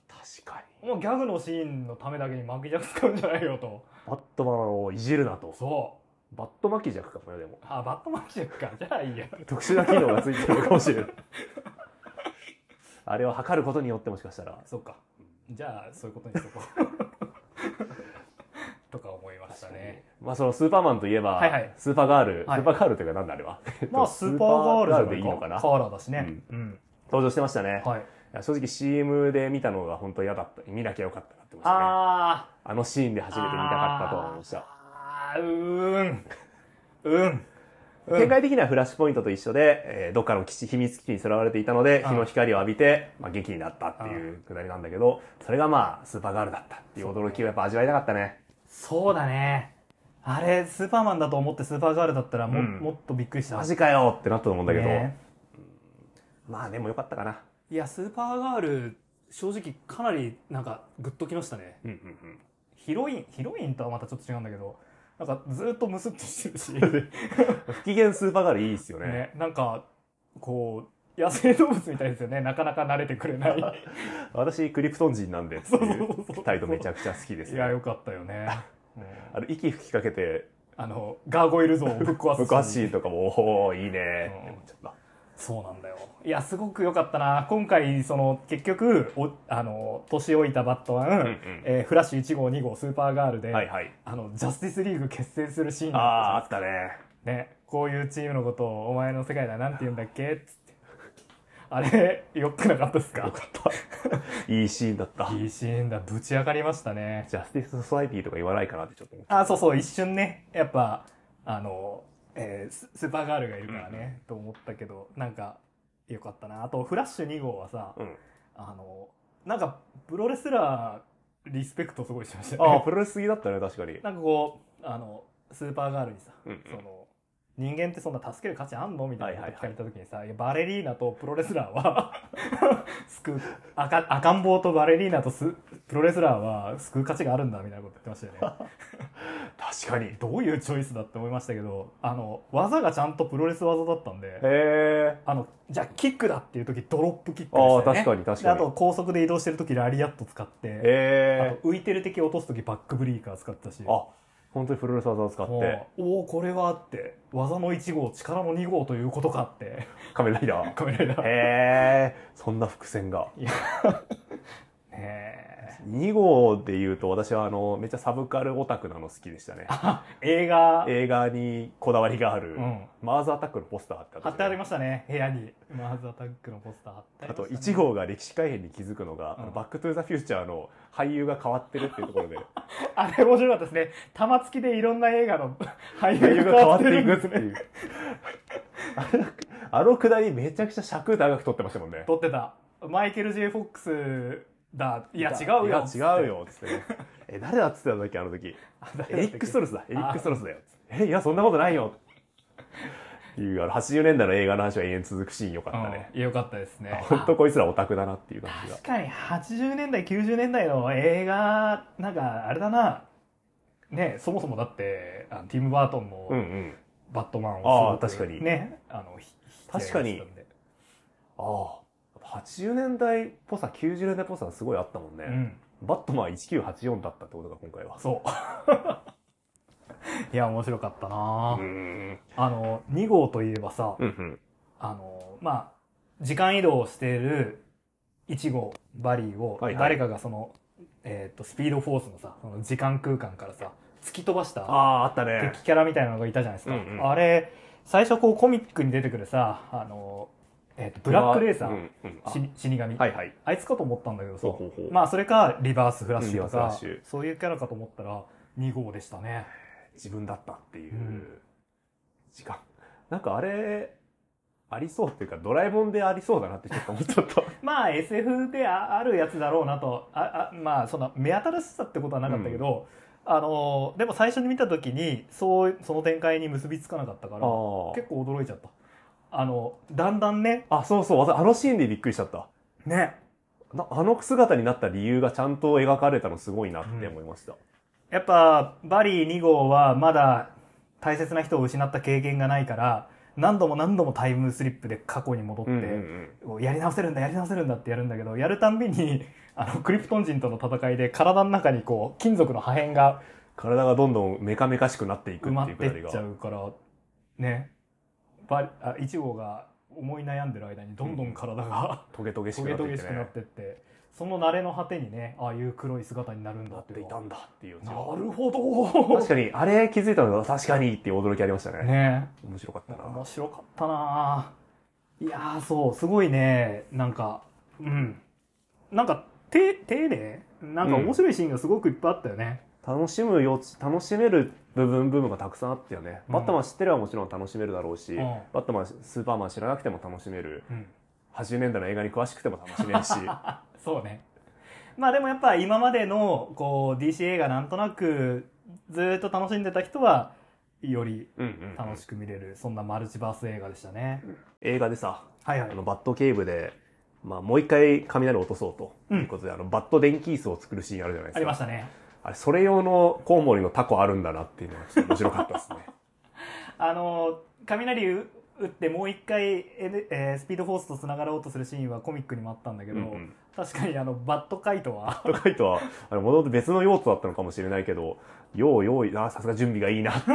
Speaker 2: 確かに。
Speaker 1: もうギャグのシーンのためだけに巻き尺使うんじゃないよと
Speaker 2: バットマンをいじるなと。
Speaker 1: そう
Speaker 2: バット巻き尺かもよ、でも。
Speaker 1: あバットマン尺かじゃあいいや
Speaker 2: 特殊な機能がついてるかもしれ ない。あれを測ることによってもしかしたら。
Speaker 1: そうかじゃあそういうことにしとこう とか思いましたね
Speaker 2: まあそのスーパーマンといえば、
Speaker 1: はいはい
Speaker 2: スーパーガール、
Speaker 1: はい
Speaker 2: スーパーガールというかなんだあれは。
Speaker 1: ま あスーパーガールじゃないか
Speaker 2: スーパーガールでいいのかな
Speaker 1: カーラーだしねうん、
Speaker 2: 登場してましたね。い
Speaker 1: はい
Speaker 2: や正直 CM で見たのが本当嫌だった。見なきゃよかったなって思いましたね。あ
Speaker 1: あ
Speaker 2: のシーンで
Speaker 1: あ
Speaker 2: 初めて見たかったと思いました。
Speaker 1: あーうーんうんうん
Speaker 2: 展開的にはフラッシュポイントと一緒で、えーどっかの基地、秘密基地にさらわれていたので、
Speaker 1: あー
Speaker 2: 日の光を浴びて、まあ、元気になったっていうくだりなんだけど、それがまあ、スーパーガールだったっていう驚きをやっぱ味わいたかったね。
Speaker 1: そうだねあれスーパーマンだと思ってスーパーガールだったらも,、
Speaker 2: うん
Speaker 1: もっとびっくりした
Speaker 2: マジかよってなったと思うんだけど、
Speaker 1: ね
Speaker 2: まあでもよかったかな。
Speaker 1: いやスーパーガール正直かなりなんかグッときましたね
Speaker 2: うんうん
Speaker 1: ヒロインヒロインとはまたちょっと違うんだけどなんかずっとムスッとしてるし、
Speaker 2: うん。不機嫌スーパーガールいいっす よね。
Speaker 1: ね、なんかこう野生動物みたいですよねなかなか慣れてくれない
Speaker 2: 私、クリプトン人なんでって
Speaker 1: そうそうそう
Speaker 2: いう態度めちゃくちゃ好きです
Speaker 1: いや
Speaker 2: ね。
Speaker 1: よかったよねうん
Speaker 2: あの、息吹きかけて、
Speaker 1: あのガーゴイル像をぶっ壊す
Speaker 2: 昔とかも、おー、いいねって思っちゃった。
Speaker 1: そうなんだよいやすごく良かったな今回その結局おあの年老いたバットマン、
Speaker 2: うんうん
Speaker 1: えーフラッシュ1号2号スーパーガールで、
Speaker 2: はいはい。
Speaker 1: あのジャスティスリーグ結成するシーン
Speaker 2: ああ、あ
Speaker 1: なんで
Speaker 2: ったね。
Speaker 1: すよねこういうチームのことをお前の世界ではなんて言うんだっけっつってあれよくなかったです
Speaker 2: よ
Speaker 1: か
Speaker 2: かった。いいシーンだった。
Speaker 1: いいシーンだぶち上がりましたね
Speaker 2: ジャスティス・ソサイティとか言わないかなってちょっと思っ
Speaker 1: あそうそう一瞬ねやっぱあの、えーススーパーガールがいるからね、と思ったけどなんかよかったなあとフラッシュ2号はさ、
Speaker 2: た。うん。
Speaker 1: あのなんかプロレスラーリスペクトすごいしましたね
Speaker 2: ああ、プロレス好きだったね、確かに。
Speaker 1: なんかこうあのスーパーガールにさ、
Speaker 2: うんうん
Speaker 1: その人間ってそんな助ける価値あんのみたいな
Speaker 2: は
Speaker 1: こ
Speaker 2: い
Speaker 1: と
Speaker 2: は
Speaker 1: 聞かれた時
Speaker 2: いはい
Speaker 1: にさ、いやバレリーナとプロレスラーは 救う赤赤ん坊とバレリーナとすプロレスラーは救う価値があるんだみたいなこと言ってましたよ ね
Speaker 2: 確かに。へ
Speaker 1: どういうチョイスだって思いましたけどあの技がちゃんとプロレス技だったんで
Speaker 2: え。
Speaker 1: あのじゃあキックだっていう時ドロップキックで
Speaker 2: ああ、
Speaker 1: したよね
Speaker 2: 確かに確
Speaker 1: で
Speaker 2: か
Speaker 1: あ
Speaker 2: に。
Speaker 1: と高速で移動してる時ラリアット使って、あ
Speaker 2: へえ。
Speaker 1: と浮いてる敵落とす時バックブリーカー使ってたし
Speaker 2: あ、本当にプロレス技を使って、
Speaker 1: もうおおこれはって技の1号力の2号ということかって
Speaker 2: 仮面ライダー。
Speaker 1: カメラだね
Speaker 2: へえ。そんな伏線が。
Speaker 1: え
Speaker 2: 2号で言うと私はあのめっちゃサブカルオタクなの好きでしたね
Speaker 1: 映画
Speaker 2: 映画にこだわりがある、
Speaker 1: うん
Speaker 2: マーズアタックのポスターってあっ
Speaker 1: 貼
Speaker 2: た
Speaker 1: っ
Speaker 2: じ
Speaker 1: て
Speaker 2: ゃ
Speaker 1: あ
Speaker 2: な
Speaker 1: り
Speaker 2: い
Speaker 1: ましたね部屋にマーズアタックのポスター貼って
Speaker 2: あと
Speaker 1: りました
Speaker 2: 1
Speaker 1: ね
Speaker 2: 号が歴史改変に気づくのが、あの
Speaker 1: うん
Speaker 2: バック・トゥ・ザ・フューチャーの俳優が変わってるっていうとこ ろで
Speaker 1: あれ面白かったですね玉突きでいろんな映画の 俳
Speaker 2: 俳優
Speaker 1: 優
Speaker 2: が
Speaker 1: が
Speaker 2: 変
Speaker 1: 変
Speaker 2: わ
Speaker 1: わ
Speaker 2: っ
Speaker 1: ってて
Speaker 2: い
Speaker 1: い
Speaker 2: く
Speaker 1: く
Speaker 2: っ
Speaker 1: ん
Speaker 2: て
Speaker 1: で
Speaker 2: い
Speaker 1: すね
Speaker 2: うあのくだりめちゃくちゃ尺長く撮ってましたもんね
Speaker 1: 撮ってたマイケル・ J ・フォックスだいや違うよ
Speaker 2: いや違うよっつっ てねえ誰だっつってた時あの時
Speaker 1: あ誰だっけ
Speaker 2: エリック・ストロスだエリック・ストロスだよっつってえいやそんなことないよっていうあの80年代の映画の話は永遠続くシーンよかったね、
Speaker 1: うんよかったですね
Speaker 2: 本当こいつらオタクだなっていう感じが
Speaker 1: 確かに80年代90年代の映画なんかあれだなねそもそもだってあのティム・バートン
Speaker 2: う
Speaker 1: の
Speaker 2: んうん
Speaker 1: バットマン
Speaker 2: ああ
Speaker 1: をすごく
Speaker 2: 確かに
Speaker 1: ねあのひ
Speaker 2: 確かに
Speaker 1: 引き上げてたんで
Speaker 2: ああ80年代っぽさ90年代っぽさがすごいあったもんね、
Speaker 1: うん
Speaker 2: バットマン1984だったってことか今回は
Speaker 1: そう いや面白かったな、
Speaker 2: ん
Speaker 1: あの2号といえばさ、
Speaker 2: うんうん
Speaker 1: あのまあ時間移動をしている1号バリーを
Speaker 2: はいは
Speaker 1: 誰
Speaker 2: い
Speaker 1: かがその、えー、とスピードフォースのさその時間空間からさ突き飛ばした
Speaker 2: あああったね
Speaker 1: 敵キャラみたいなのがいたじゃないですか、
Speaker 2: うんうん
Speaker 1: あれ最初こうコミックに出てくるさあの、えーとブラックレーサー、
Speaker 2: うんうんあ
Speaker 1: し死神、
Speaker 2: はいはい
Speaker 1: あいつかと思ったんだけどさ
Speaker 2: ほうほうほう
Speaker 1: まあそれかリバースフラッシュと
Speaker 2: うんリバー
Speaker 1: か
Speaker 2: スフラッシュ
Speaker 1: そういうキャラかと思ったら2号でしたね
Speaker 2: 自分だったっていう
Speaker 1: うん
Speaker 2: 時間、なんかあれありそうっていうかドラえもんでありそうだなってちょっと思っちゃ った
Speaker 1: まあ SF でああるやつだろうなとああまあその目新しさってことはなかったけど、あのでも最初に見た時にそうその展開に結びつかなかったから
Speaker 2: あ
Speaker 1: 結構驚いちゃったあのだんだんね
Speaker 2: ああそうそう私あのシーンでびっくりしちゃった
Speaker 1: ね
Speaker 2: なあの姿になった理由がちゃんと描かれたのすごいなって思いました、
Speaker 1: やっぱバリー2号はまだ大切な人を失った経験がないから何度も何度もタイムスリップで過去に戻って、
Speaker 2: うんうんうん
Speaker 1: やり直せるんだやり直せるんだってやるんだけどやるたんびにあのクリプトン人との戦いで体の中にこう金属の破片が
Speaker 2: 体がどんどんメカメカしくなっていく
Speaker 1: 埋
Speaker 2: っ
Speaker 1: ま
Speaker 2: てい
Speaker 1: っ
Speaker 2: う
Speaker 1: て
Speaker 2: くだり
Speaker 1: っ
Speaker 2: が
Speaker 1: ちゃうからねバリあ1号が思い悩んでる間にどんどん体が、
Speaker 2: トゲトゲし
Speaker 1: ト
Speaker 2: く
Speaker 1: ゲ
Speaker 2: なって
Speaker 1: ト
Speaker 2: い
Speaker 1: ゲ
Speaker 2: っ
Speaker 1: してくなっ
Speaker 2: ね
Speaker 1: てってその慣れの果てにねああいう黒い姿になるんだ
Speaker 2: な
Speaker 1: っ
Speaker 2: ってて
Speaker 1: い
Speaker 2: いうた
Speaker 1: の
Speaker 2: んだっていう
Speaker 1: なるほど
Speaker 2: 確かにあれ気づいたのが確かにっていう驚きありましたね
Speaker 1: ね
Speaker 2: 面白かったな
Speaker 1: 面白かったなぁいやーそうすごいねなんかうんなんかて丁寧なんか面白いシーンがすごくいっぱいあったよね、
Speaker 2: 楽しむよ楽しめる部分部分がたくさんあったよね、
Speaker 1: うん
Speaker 2: バットマン知ってればもちろん楽しめるだろうし、
Speaker 1: うん
Speaker 2: バットマンスーパーマン知らなくても楽しめる
Speaker 1: うん、
Speaker 2: 80年代の映画に詳しくても楽しめ るし
Speaker 1: そうねまあでもやっぱ今までのこう DC 映画なんとなくずーっと楽しんでた人はより
Speaker 2: うんうんうん
Speaker 1: 楽しく見れるそんなマルチバース映画でしたね、
Speaker 2: 映画でさ
Speaker 1: はいは
Speaker 2: あ
Speaker 1: い
Speaker 2: のバットケーブで、まあ、もう一回雷を落とそうと。
Speaker 1: うん
Speaker 2: いうことであのバット電気椅子を作るシーンあるじゃないですか
Speaker 1: ありましたね
Speaker 2: あれそれ用のコウモリのタコあるんだなっていうのがちょっと面白かったですね
Speaker 1: あの雷打ってもう一回、N えースピードフォースとつながろうとするシーンはコミックにもあったんだけど、
Speaker 2: うんうん
Speaker 1: 確かにあのバットカイトは
Speaker 2: とかいとはもともと別の用途だったのかもしれないけどようようあさすが準備がいいなって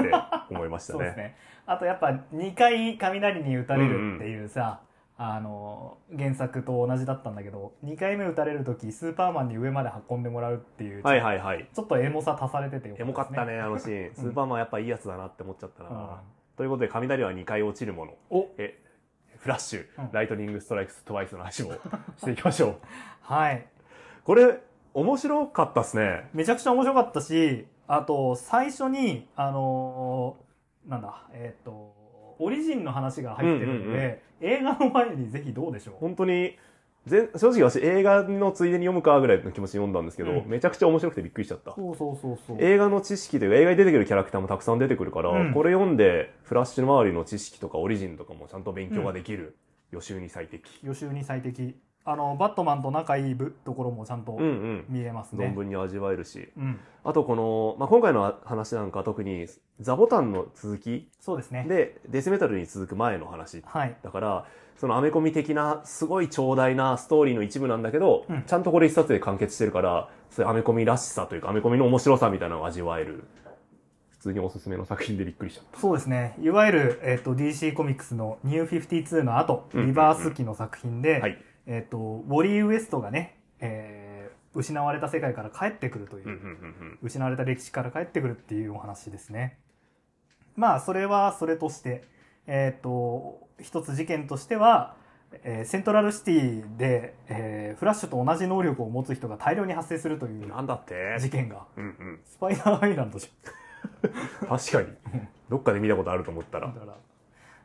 Speaker 2: 思いました
Speaker 1: そ
Speaker 2: ね
Speaker 1: うですねあとやっぱ2回雷に打たれるっていうさ、あの原作と同じだったんだけど2回目打たれる時スーパーマンに上まで運んでもらうっていう、
Speaker 2: はいはいはい
Speaker 1: ちょっとエモさ足されててよ
Speaker 2: エモかったね、あのシーン。スーパーマンやっぱいいやつだなって思っちゃったな。ということで、雷は2回落ちるもの。
Speaker 1: お
Speaker 2: え、フラッシュ、
Speaker 1: うん
Speaker 2: ライトニングストライクス、トワイスの話をしていきましょう。
Speaker 1: はい
Speaker 2: これ、面白かったっすね。
Speaker 1: めちゃくちゃ面白かったしあと最初にあのーなんだえっ、とオリジンの話が入ってるので、映画の前にぜひどうでしょう
Speaker 2: 本当に、ぜ正直私映画のついでに読むかぐらいの気持ちで読んだんですけど、
Speaker 1: うん
Speaker 2: めちゃくちゃ面白くてびっくりしちゃった。
Speaker 1: そうそうそうそう
Speaker 2: 映画の知識というか映画に出てくるキャラクターもたくさん出てくるから、
Speaker 1: うん
Speaker 2: これ読んでフラッシュ周りの知識とかオリジンとかもちゃんと勉強ができる、予習に最適
Speaker 1: 予習に最適あのバットマンと仲いいぶところもちゃんと
Speaker 2: うんうん
Speaker 1: 見えますね
Speaker 2: 存、分に味わえるし、
Speaker 1: うん、
Speaker 2: あとこの、まあ、今回の話なんか特にザボタンの続き
Speaker 1: そうですね
Speaker 2: でデスメタルに続く前の話
Speaker 1: はい
Speaker 2: だからそのアメコミ的なすごい長大なストーリーの一部なんだけど、
Speaker 1: うん
Speaker 2: ちゃんとこれ一冊で完結してるからそういうアメコミらしさというかアメコミの面白さみたいなのを味わえる普通におすすめの作品でびっくりしちゃっ
Speaker 1: そうですねいわゆる、えっと DC コミックスの「ニュー52」の後
Speaker 2: うんうんうん
Speaker 1: リバース期の作品で、
Speaker 2: た。はい、
Speaker 1: えっとウォリー・ウエストがね、えー失われた世界から帰ってくるという、
Speaker 2: うんうんうん
Speaker 1: 失われた歴史から帰ってくるっていうお話ですね。まあそれはそれとして、えっ、と一つ事件としては、えーセントラルシティで、えーフラッシュと同じ能力を持つ人が大量に発生するとい
Speaker 2: うん、
Speaker 1: う
Speaker 2: なんだって、
Speaker 1: 事件が
Speaker 2: うんうん、
Speaker 1: スパイダーアイランドじ
Speaker 2: 確かにどっかで見たことあると思った
Speaker 1: ゃん
Speaker 2: ら
Speaker 1: だから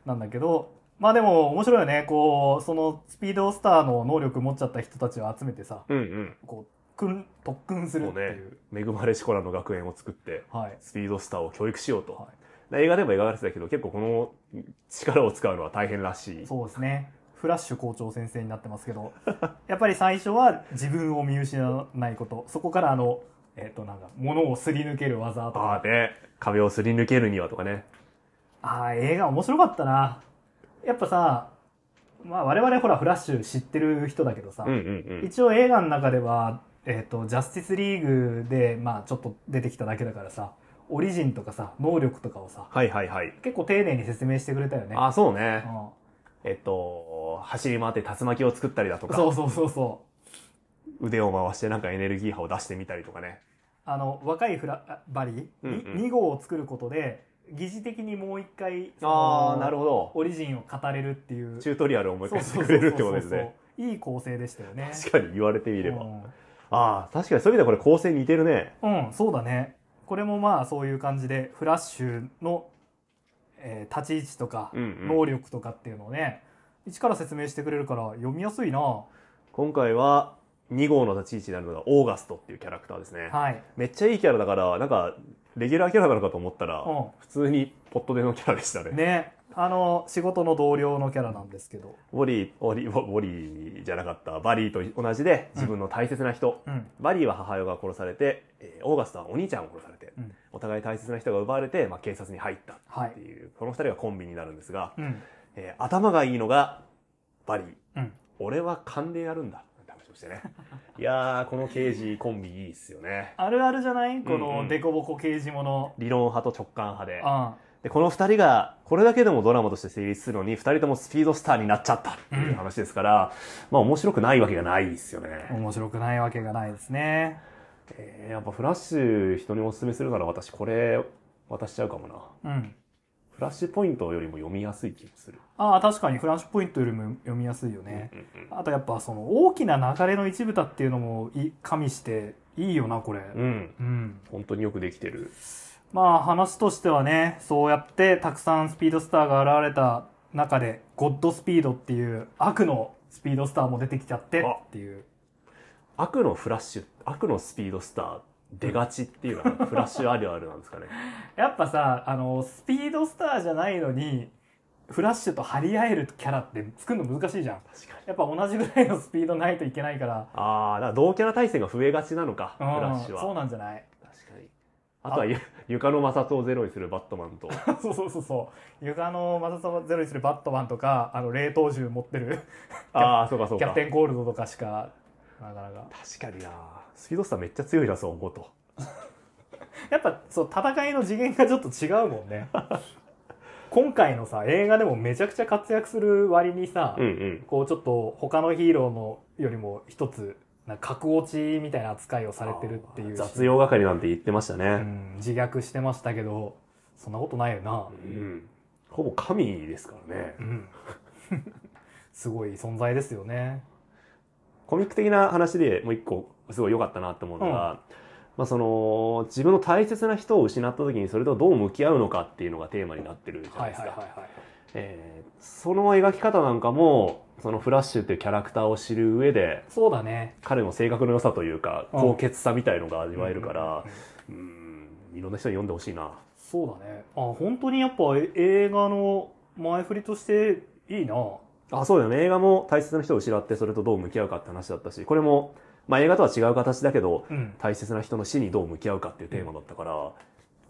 Speaker 1: なんだけどまあでも面白いよねこうそのスピードスターの能力持っちゃった人たちを集めてさ
Speaker 2: うんうん
Speaker 1: こう訓特訓する
Speaker 2: も
Speaker 1: っ
Speaker 2: う
Speaker 1: てい
Speaker 2: ね
Speaker 1: う
Speaker 2: 恵まれし子らの学園を作って
Speaker 1: はい、
Speaker 2: スピードスターを教育しようと、
Speaker 1: は
Speaker 2: 映画でも描かれてたけど結構この力を使うのは大変らしい
Speaker 1: そうですね。フラッシュ校長先生になってますけど、 やっぱり最初は自分を見失わないこと、そこからあの、えっ、となんか、物をすり抜ける技と
Speaker 2: あ
Speaker 1: か、
Speaker 2: あね壁をすり抜けるにはとかね
Speaker 1: ああ、映画面白かったな。やっぱさ、まあ我々ほらフラッシュ知ってる人だけどさ、
Speaker 2: うんうん
Speaker 1: 一応映画の中では、えっ、と、ジャスティスリーグで、まあちょっと出てきただけだからさ、オリジンとかさ、能力とかをさ、
Speaker 2: はいはいはい
Speaker 1: 結構丁寧に説明してくれたよね。
Speaker 2: ああそうね
Speaker 1: うん
Speaker 2: えっと走り回って竜巻を作ったりだと
Speaker 1: そう
Speaker 2: か
Speaker 1: そうそうそう。
Speaker 2: 腕を回してなんかエネルギー波を出してみたりとかね
Speaker 1: あの若いフラあバリ、
Speaker 2: うんうん
Speaker 1: に2号を作ることで疑似的にもう一回
Speaker 2: ー
Speaker 1: ほ
Speaker 2: ほど
Speaker 1: オリジンを語れるっていう
Speaker 2: チュートリアルを思い
Speaker 1: そう
Speaker 2: 返
Speaker 1: そ
Speaker 2: して
Speaker 1: うそう
Speaker 2: くれ
Speaker 1: そう
Speaker 2: るってことですね
Speaker 1: いい構成でしたよね
Speaker 2: 確かに言われてみれ
Speaker 1: う
Speaker 2: ば
Speaker 1: ん
Speaker 2: ああ確かにそういう意味ではこれ構成似てるね
Speaker 1: うん、そうだねこれもまあそういう感じでフラッシュの、えー立ち位置とか
Speaker 2: うんうん
Speaker 1: 能力とかっていうのをね、一から説明してくれるから読みやすいなは
Speaker 2: 今回は2号の立ち位置になるのがオーガストっていうキャラクターですね
Speaker 1: い、
Speaker 2: めっちゃいいキャラだからなんかレギュラーキャラなのかと思ったら
Speaker 1: う
Speaker 2: 普通にポットでのキャラでしたね
Speaker 1: ん、ねあの、仕事の同僚のキャラなんですけど。
Speaker 2: ウォリー、ウォリー、ウォウォリーじゃなかった、バリーと同じで自分の大切な人、
Speaker 1: うん。
Speaker 2: バリーは母親が殺されて、えーオーガスタはお兄ちゃんを殺されて、
Speaker 1: うん
Speaker 2: お互い大切な人が奪われて、まあ、警察に入った
Speaker 1: は
Speaker 2: っ
Speaker 1: い
Speaker 2: て。いう、この二人がコンビになるんですが、
Speaker 1: うん。
Speaker 2: えー頭がいいのがバリー。
Speaker 1: うん。
Speaker 2: 俺は勘でやるんだ。って話をしてね。 いやー、この刑事コンビいいっすよね。
Speaker 1: あるあるじゃないこ
Speaker 2: うんう
Speaker 1: の、
Speaker 2: ん
Speaker 1: デコボコ刑事もの。
Speaker 2: 理論派と直感派で。
Speaker 1: あ
Speaker 2: で、この二人が、これだけでもドラマとして成立するのに、二人ともスピードスターになっちゃったっていう話ですから、まあ面白くないわけがないですよ
Speaker 1: あ、
Speaker 2: ね。
Speaker 1: 面白くないわけがないですね。
Speaker 2: えーやっぱフラッシュ人にお勧めするなら私これ渡しちゃうかもな。
Speaker 1: うん。
Speaker 2: フラッシュポイントよりも読みやすい気もする。
Speaker 1: ああ、確かにフランシュポイントよりも読みやすいよね。
Speaker 2: うんうん
Speaker 1: あとやっぱその大きな流れの一部だっていうのもい加味していいよな、これ。
Speaker 2: うん。うん。
Speaker 1: うん。
Speaker 2: 本当によくできてる。
Speaker 1: まあ話としてはね、そうやってたくさんスピードスターが現れた中で、ゴッドスピードっていう悪のスピードスターも出てきちゃってっていう。
Speaker 2: 悪のフラッシュ、悪のスピードスター、出がちっていうの はフラッシュあるあるなんですかね。
Speaker 1: やっぱさ、あの、スピードスターじゃないのに、フラッシュと張り合えるキャラって作るの難しいじゃん。
Speaker 2: 確かに。
Speaker 1: やっぱ同じぐらいのスピードないといけないから。
Speaker 2: ああ、だから同キャラ対戦が増えがちなのか、フ
Speaker 1: う
Speaker 2: ラ
Speaker 1: ん、
Speaker 2: ッシュは。
Speaker 1: そうなんじゃない
Speaker 2: 確かに。あとはゆ、床の摩擦をゼロにするバットマンと、
Speaker 1: そうそうそうそう。床の摩擦をゼロにするバットマンとか、あの、冷凍銃持ってる
Speaker 2: ああ、そうかそう
Speaker 1: キャ
Speaker 2: か
Speaker 1: プ。テンゴールドとかしか、なかなか。
Speaker 2: 確かになスピードスターめっちゃ強いな、そう思うと。
Speaker 1: やっぱそう戦いの次元がちょっと違うもんね 今回のさ映画でもめちゃくちゃ活躍する割にさ、
Speaker 2: うんうん。
Speaker 1: こうちょっと他のヒーローのよりも一つなんか格落ちみたいな扱いをされてるっていうし
Speaker 2: 雑用係なんて言ってました
Speaker 1: う
Speaker 2: ね。
Speaker 1: ん、自虐してましたけどそんなことないよな
Speaker 2: うん。ほぼ神ですからね
Speaker 1: う。ん すごい存在ですよね
Speaker 2: コミック的な話でもう一個すごい良かったなと思うのが、まあその自分の大切な人を失った時にそれとどう向き合うのかっていうのがテーマになってるじゃな
Speaker 1: はいい
Speaker 2: です
Speaker 1: は
Speaker 2: か、
Speaker 1: いはいはい
Speaker 2: えーその描き方なんかもそのフラッシュっていうキャラクターを知る上で
Speaker 1: そうだね
Speaker 2: 彼の性格の良さというか
Speaker 1: うん
Speaker 2: 高潔さみたいのが味わえるから
Speaker 1: うん
Speaker 2: うんいろんな人に読んでほしいな
Speaker 1: そうだねあ本当にやっぱえ映画の前振りとしていいな
Speaker 2: あそうだよね映画も大切な人を失ってそれとどう向き合うかって話だったしこれも、まあ、映画とは違う形だけど
Speaker 1: うん
Speaker 2: 大切な人の死にどう向き合うかっていうテーマだったから、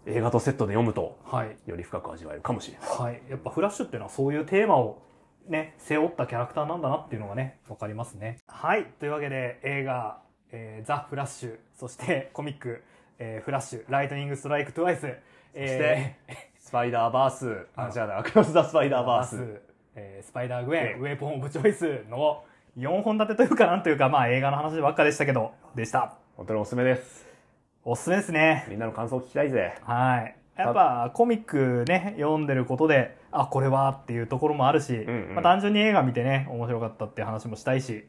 Speaker 2: 映画とセットで読むと
Speaker 1: はい
Speaker 2: より深く味わえるかもしれない。
Speaker 1: はい、やっぱフラッシュっていうのはそういうテーマをね、背負ったキャラクターなんだなっていうのがね、わかりますね。はい、というわけで映画、えーザ・フラッシュ、そしてコミック、えーフラッシュ、ライトニング・ストライク・トゥワイス、え
Speaker 2: スパイダーバース、あ、じゃあな、クロス・ザ・スパイダ
Speaker 1: ー
Speaker 2: ーバー
Speaker 1: バ
Speaker 2: ス。
Speaker 1: えースパイダー・グウェン、
Speaker 2: う
Speaker 1: ウェポン・オブ・チョイスの4本立てというかなんというか、まあ映画の話ばっかでしたけど、でした。
Speaker 2: 本当におすすめです。
Speaker 1: おすすめですね。
Speaker 2: みんなの感想を聞きたいぜ。
Speaker 1: はい。やっぱコミックね、読んでることで、あ、これはっていうところもあるし、
Speaker 2: んうん
Speaker 1: まあ、単純に映画見てね、面白かったっていう話もしたいし、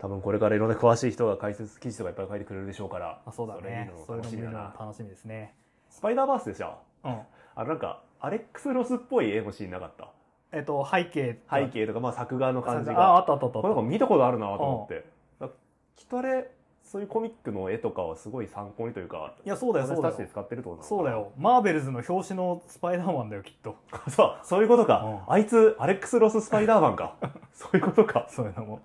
Speaker 2: 多分これからいろんな詳しい人が解説記事とかいっぱい書いてくれるでしょうから。
Speaker 1: あそうだね。
Speaker 2: そ
Speaker 1: そう
Speaker 2: れ
Speaker 1: い
Speaker 2: 見
Speaker 1: うの見
Speaker 2: る
Speaker 1: る
Speaker 2: の
Speaker 1: の
Speaker 2: 楽しみだな。
Speaker 1: 楽しみですね。
Speaker 2: スパイダーバースでしょ
Speaker 1: うん。
Speaker 2: あのなんか、アレックス・ロスっぽい絵のシーンなかった。
Speaker 1: えっと、背景。
Speaker 2: 背景とか、まあ作画の感じ
Speaker 1: あ、あ
Speaker 2: が。
Speaker 1: ったあったあった
Speaker 2: これなんか見たことあるなと思って。だからきっとあれ、そういうコミックの絵とかはすごい参考にというか、
Speaker 1: いや、そうだよ、そう
Speaker 2: 私
Speaker 1: だ
Speaker 2: たち
Speaker 1: よ
Speaker 2: で。使ってるってことなのかな
Speaker 1: そうだ。よ。マーベルズの表紙のスパイダーマンだよ、きっと。
Speaker 2: そう、そういうことか。
Speaker 1: うん
Speaker 2: あいつ、アレックス・ロス・スパイダーマン か。そういうことか。
Speaker 1: そういうのも。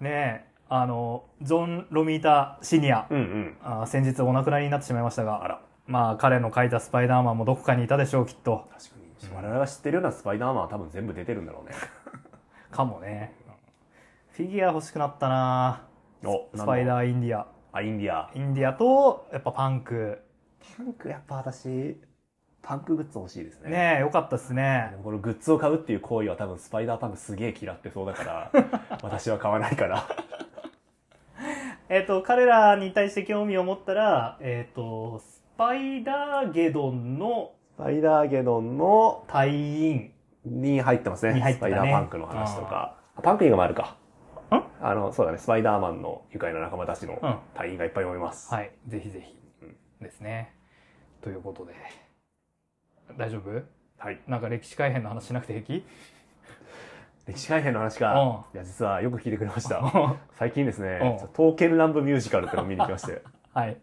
Speaker 1: ねえ、あの、ジョン・ロミータ・シニア。
Speaker 2: うんうん。
Speaker 1: あ先日お亡くなりになってしまいました
Speaker 2: あ
Speaker 1: が、
Speaker 2: ら、
Speaker 1: まあ彼の描いたスパイダーマンもどこかにいたでしょう、きっと。
Speaker 2: 確かに。我々が知ってるようなスパイダーマンは多分全部出てるんだろうね。
Speaker 1: かもね。フィギュア欲しくなったな
Speaker 2: お、
Speaker 1: スパイ
Speaker 2: ー。
Speaker 1: ダーインディア。
Speaker 2: あ、インディア。
Speaker 1: インディアと、やっぱパンク。
Speaker 2: パンク、やっぱ私、パンクグッズ欲しいですね。
Speaker 1: ねえ、よかったですね
Speaker 2: で。もこのグッズを買うっていう行為は多分スパイダーパンクすげえ嫌ってそうだ から、私は買わないから。
Speaker 1: えっ、と、彼らに対して興味を持ったら、えっ、と、スパイダーゲドンの
Speaker 2: スパイダーゲノンの、
Speaker 1: 隊員。
Speaker 2: に入ってますね。
Speaker 1: に入っ
Speaker 2: ス
Speaker 1: て
Speaker 2: パ
Speaker 1: た
Speaker 2: イ
Speaker 1: ね
Speaker 2: ダーパンクの話とか。あパンク映画もあるか。あの、そうだね、スパイダーマンの愉快な仲間たちの
Speaker 1: うん
Speaker 2: 隊員がいっぱいおります。
Speaker 1: はい、ぜひぜひ
Speaker 2: うん。
Speaker 1: ですね。ということで。大丈夫
Speaker 2: はい。
Speaker 1: なんか歴史改変の話しなくて平気
Speaker 2: 歴史改変の話か。いや、実はよく聞いてくれ ました。最近ですね
Speaker 1: うん、
Speaker 2: 刀剣 乱舞ミュージカルっていうのを見に行きまして。
Speaker 1: はい。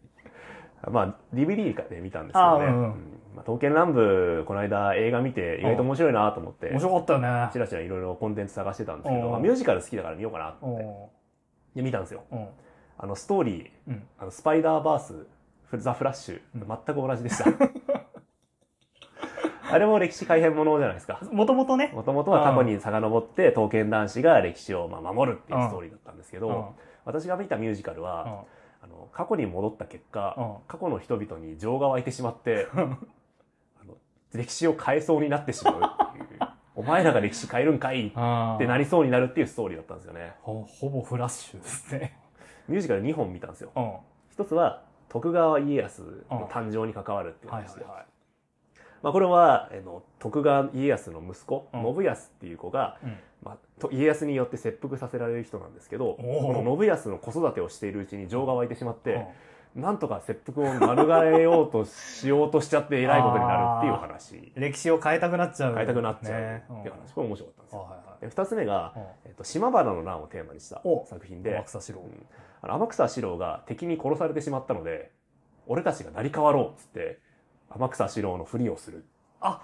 Speaker 2: まあ、DVD で見たんですけど
Speaker 1: あうん
Speaker 2: ね。
Speaker 1: うん
Speaker 2: うんまあ、刀剣乱舞、この間映画見て、意外と面白いなと思って
Speaker 1: 面、白かったよね
Speaker 2: ち。らちらいろいろコンテンツ探してたんですけ
Speaker 1: う
Speaker 2: ど、
Speaker 1: ん
Speaker 2: まあミュージカル好きだから見ようかなと
Speaker 1: う
Speaker 2: 思って。
Speaker 1: ん。
Speaker 2: で、見たんですよ。
Speaker 1: うん。
Speaker 2: あの、ストーリー、
Speaker 1: うん。
Speaker 2: あのスパイダーバース、フザ・フラッシュ、
Speaker 1: うん
Speaker 2: 全く同じ でした。あれも歴史改変ものじゃないですか。
Speaker 1: もともとね。
Speaker 2: もともとは過去に遡って、刀剣男子が歴史をまあ守るっていうストーリーだったんですけ
Speaker 1: うん。う
Speaker 2: ど、私が見たミュージカルは、
Speaker 1: ん。
Speaker 2: あの過去に戻った結果、
Speaker 1: うん
Speaker 2: 過去の人々に情が湧いてしまって、 あの歴史を変えそうになってしまうって いう、お前らが歴史変えるんかいってな
Speaker 1: り
Speaker 2: りそうになるっていうストーリーだったんですよね。
Speaker 1: ほほぼフラッシュですね。
Speaker 2: ミュージカル2本見たんですよ。
Speaker 1: うん。は
Speaker 2: 一つは、徳川家康の誕生に関わるって
Speaker 1: い
Speaker 2: いう
Speaker 1: はい
Speaker 2: 話で、
Speaker 1: は
Speaker 2: まあ、これは、あの徳川家康の息子、
Speaker 1: うん
Speaker 2: 信康っていう子が、
Speaker 1: い。うん。
Speaker 2: まあ、と家康によって切腹させられる人なんですけど、
Speaker 1: おー
Speaker 2: この信康の子育てをしているうちに情が湧いてしまって、
Speaker 1: うん
Speaker 2: なんとか切腹を免れようとしようとしちゃって偉いことになるっていう話。
Speaker 1: 歴史を変えたくなっちゃう。
Speaker 2: 変えたくなっちゃう
Speaker 1: ねん
Speaker 2: っていう話。これ面白かったんです
Speaker 1: あ
Speaker 2: よ。
Speaker 1: はい
Speaker 2: で、二つ目が、
Speaker 1: はい。
Speaker 2: えっと、島原の乱をテーマにした
Speaker 1: お
Speaker 2: 作品
Speaker 1: うん。天
Speaker 2: で、
Speaker 1: 草四郎
Speaker 2: う。んあの天草四郎が敵に殺されてしまったので、俺たちが成り代わろうっつって、天草四郎のふりをする。
Speaker 1: あ、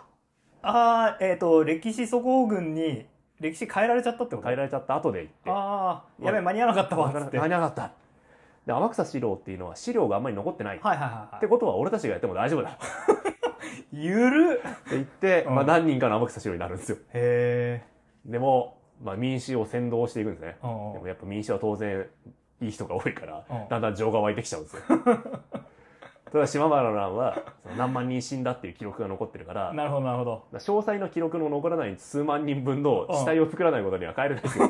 Speaker 1: あーえっ、と、歴史総合軍に歴史変えられちゃったってこと
Speaker 2: 変えられちゃった後で行って、
Speaker 1: ああ、やべえ、間に合わなかったわ、つって。
Speaker 2: 間
Speaker 1: はい
Speaker 2: に合わなかった。で、天草四郎っていうのは資料があんまり残ってない。
Speaker 1: はいはい。
Speaker 2: ってことは俺たちがやっても大丈夫だ。っ
Speaker 1: ゆる
Speaker 2: て言って、
Speaker 1: うん
Speaker 2: まあ何人かの天草四郎になるんですよ。
Speaker 1: へえ。
Speaker 2: でも、まあ民衆を先導していくんですね。
Speaker 1: うん
Speaker 2: で
Speaker 1: うん
Speaker 2: もやっぱ民衆は当然いい人が多いから、
Speaker 1: うん
Speaker 2: だんだん情が湧いてきちゃう んですよ。ただ島原の乱はその何万人死んだっていう記録が残ってるから、
Speaker 1: なるほど、なるほど。
Speaker 2: 詳細の記録の残らない数万人分の死体を作らないことには変えれないですよ。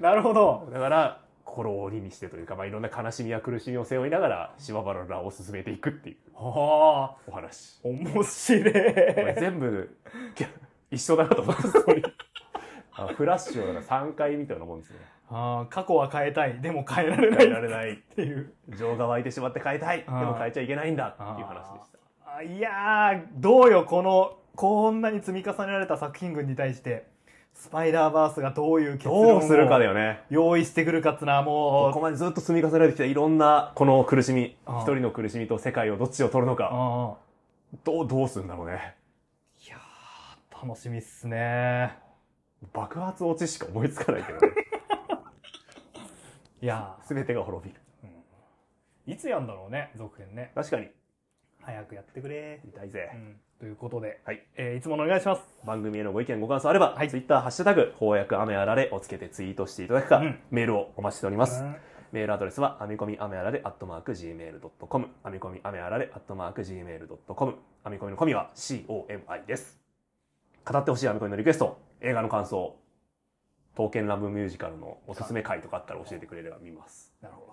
Speaker 1: なるほど。
Speaker 2: だから、心を鬼にしてというか、まあ、いろんな悲しみや苦しみを背負いながら島原の乱を進めていくっていう
Speaker 1: はあ、
Speaker 2: お話。
Speaker 1: 面 白
Speaker 2: これ
Speaker 1: い。
Speaker 2: 全部一緒だなと思ったストーリーあフラッシュをだから3回見たようなもんですね。
Speaker 1: あー過去は変えたい。でも変えられない。
Speaker 2: 変えられない。
Speaker 1: っていう。
Speaker 2: 情が湧いてしまって変えたいで
Speaker 1: うん
Speaker 2: も変えちゃいけないんだっていう話でした
Speaker 1: あいやー、どうよ、この、こんなに積み重ねられた作品群に対して、スパイダーバースがどういう結
Speaker 2: ど
Speaker 1: 論
Speaker 2: うするかだ
Speaker 1: を
Speaker 2: よね
Speaker 1: 用意してくるかっつうのは
Speaker 2: こ
Speaker 1: も
Speaker 2: こまでずっと積み重ねてきたいろんなこの苦しみ
Speaker 1: うん
Speaker 2: 一人の苦しみと世界をどっちを取るの
Speaker 1: う、う
Speaker 2: か
Speaker 1: んうん
Speaker 2: どうどうするんだろうね
Speaker 1: いやー、楽しみっすね。
Speaker 2: 爆発落ちしか思いつかないけど ね
Speaker 1: いや
Speaker 2: 全てが滅びる
Speaker 1: ー、いつやんだろうね、続編ね。
Speaker 2: 確かに
Speaker 1: 早くやってくれ。
Speaker 2: 見たいうぜ、
Speaker 1: ん、ということで、
Speaker 2: はい
Speaker 1: えーいつものお願いします。
Speaker 2: 番組へのご意見ご感想あれば、
Speaker 1: はい
Speaker 2: Twitter ハッシュタグ翻訳雨あられをつけてツイートしていただくか、
Speaker 1: うん
Speaker 2: メールをお待ちしております、
Speaker 1: うん
Speaker 2: メールアドレスは、編み込み雨あられ、アットマーク、gmail.com。編み込み雨あられ、アットマーク、gmail.com。編み込みの込みは、comi です。語ってほしい編み込みのリクエスト、映画の感想、刀剣乱舞ミュージカルのおすすめ回とかあったら教えてくれれば見ます。
Speaker 1: なるほ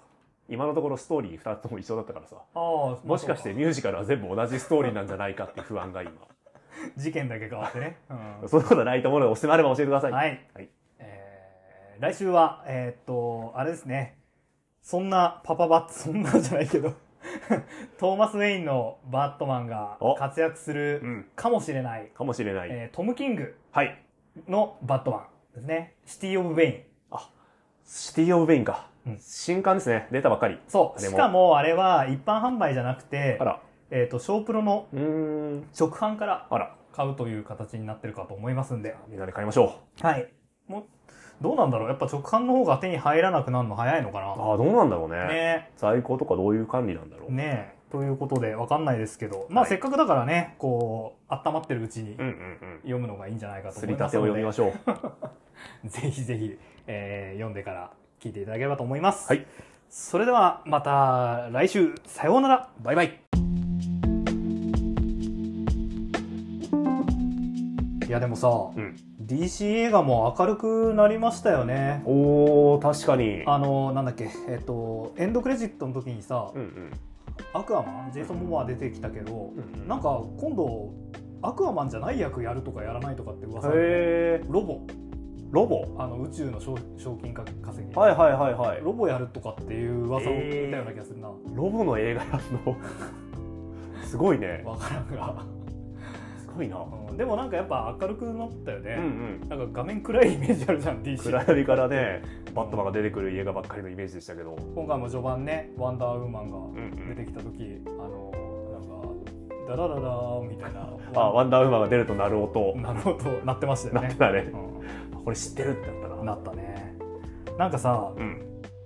Speaker 2: 今のところストーリー2つとも一緒だったからさ、
Speaker 1: ど。ああ、
Speaker 2: もしかして
Speaker 1: そう
Speaker 2: ミュージカルは全部同じストーリーなんじゃないかっていう不安が今。
Speaker 1: か事件だけ変わってね。うん
Speaker 2: そんなことないと思うので、おすすめあれば教えてください。
Speaker 1: はい。
Speaker 2: はい
Speaker 1: えー来週は、えーっと、あれですね。そんなパパバッツ、 そんなじゃないけど、トーマス・ウェインのバットマンが
Speaker 2: お
Speaker 1: 活躍す
Speaker 2: う
Speaker 1: る
Speaker 2: ん。
Speaker 1: かもしれない、
Speaker 2: かもしれない。
Speaker 1: えートム・キング
Speaker 2: はい。
Speaker 1: のバットマンですね。シティ・オブ・ウェイン。
Speaker 2: シティオブ・ベインか。
Speaker 1: うん
Speaker 2: 新刊ですね。出たばかり。
Speaker 1: そう。
Speaker 2: あれ
Speaker 1: し
Speaker 2: も
Speaker 1: かもあれは一般販売じゃなくて
Speaker 2: あ、ら。
Speaker 1: えーっと、ショープロの
Speaker 2: うーん。
Speaker 1: 直販から
Speaker 2: あら。
Speaker 1: 買うという形になってるかと思いますんで。
Speaker 2: みんなで買いましょう。
Speaker 1: はい。もう、どうなんだろうやっぱ直販の方が手に入らなくなるの早いのか
Speaker 2: ああ、どうなんだろうね。
Speaker 1: なね
Speaker 2: 在庫とかどういう管理なんだろう。
Speaker 1: ねえ。ということで、わかんないですけど、まあ、
Speaker 2: はい
Speaker 1: せっかくだからね、こう、温まってるうちに
Speaker 2: うんうん
Speaker 1: 読むのがいいんじゃないか
Speaker 2: うん。
Speaker 1: と
Speaker 2: す
Speaker 1: 思
Speaker 2: り
Speaker 1: いま
Speaker 2: た
Speaker 1: す
Speaker 2: てを
Speaker 1: ので、
Speaker 2: 読みましょう。
Speaker 1: ぜひぜひ、えー読んでから聞いていただければと思います。
Speaker 2: はい。
Speaker 1: それでは、また来週、さようなら。
Speaker 2: バイバイ。
Speaker 1: いや、でもさ、
Speaker 2: うん。
Speaker 1: DC 映画も明るくなりましたよね。
Speaker 2: おお、確かに。
Speaker 1: あの、なんだっけ、えっと、エンドクレジットの時にさ、
Speaker 2: うんうん。
Speaker 1: アクアマン、ジェイソン・モモア出てきたけど、
Speaker 2: うんうん
Speaker 1: なんか今度アクアマンじゃない役やるとかやらないとかって噂で
Speaker 2: へえ。
Speaker 1: ロボ
Speaker 2: ロボ。
Speaker 1: あの宇宙の賞賞金か稼ぎ、
Speaker 2: はいはいはいはい。
Speaker 1: ロボやるとかっていう噂を見たような気がするな、
Speaker 2: ロボの映画やん の。すごいね。
Speaker 1: わからんが、
Speaker 2: すごいな。う
Speaker 1: うんでもなんかやっぱ明るくなったよね、
Speaker 2: んうん。
Speaker 1: なんか画面暗いイメージあるじゃん DC
Speaker 2: 暗闇からね、バットマンが出てくる映画ばっかりのイメージでしたけど。
Speaker 1: 今回も序盤ねワンダーウーマン
Speaker 2: うんう
Speaker 1: が出てきた時、あのなんかダラダラーンみたいな
Speaker 2: あ、ワンダーウーマンが出ると鳴る音。
Speaker 1: なるほどなってましたよ
Speaker 2: なって
Speaker 1: ね、
Speaker 2: たね。
Speaker 1: う
Speaker 2: これ知ってるってなった
Speaker 1: ん、
Speaker 2: な。
Speaker 1: なったねなんかさ
Speaker 2: うん。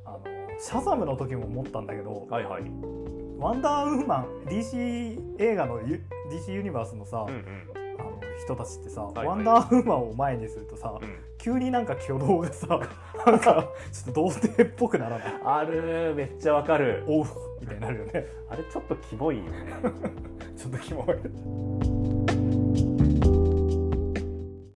Speaker 1: あのシャザムの時も思ったんだけど
Speaker 2: はいはい。
Speaker 1: 「ワンダーウーマン」DC 映画のユ DC ユニバースのさ、
Speaker 2: うんうん。
Speaker 1: あの人たちってさ、
Speaker 2: いはい
Speaker 1: ワンダーウーマンを前にするとさ、
Speaker 2: うん
Speaker 1: 急になんか挙動がさなんかちょっと童貞っぽくならない
Speaker 2: あるめっちゃわかる。
Speaker 1: おうみたいになるよね
Speaker 2: あれちょっとキモいよね。
Speaker 1: ちょっとキモい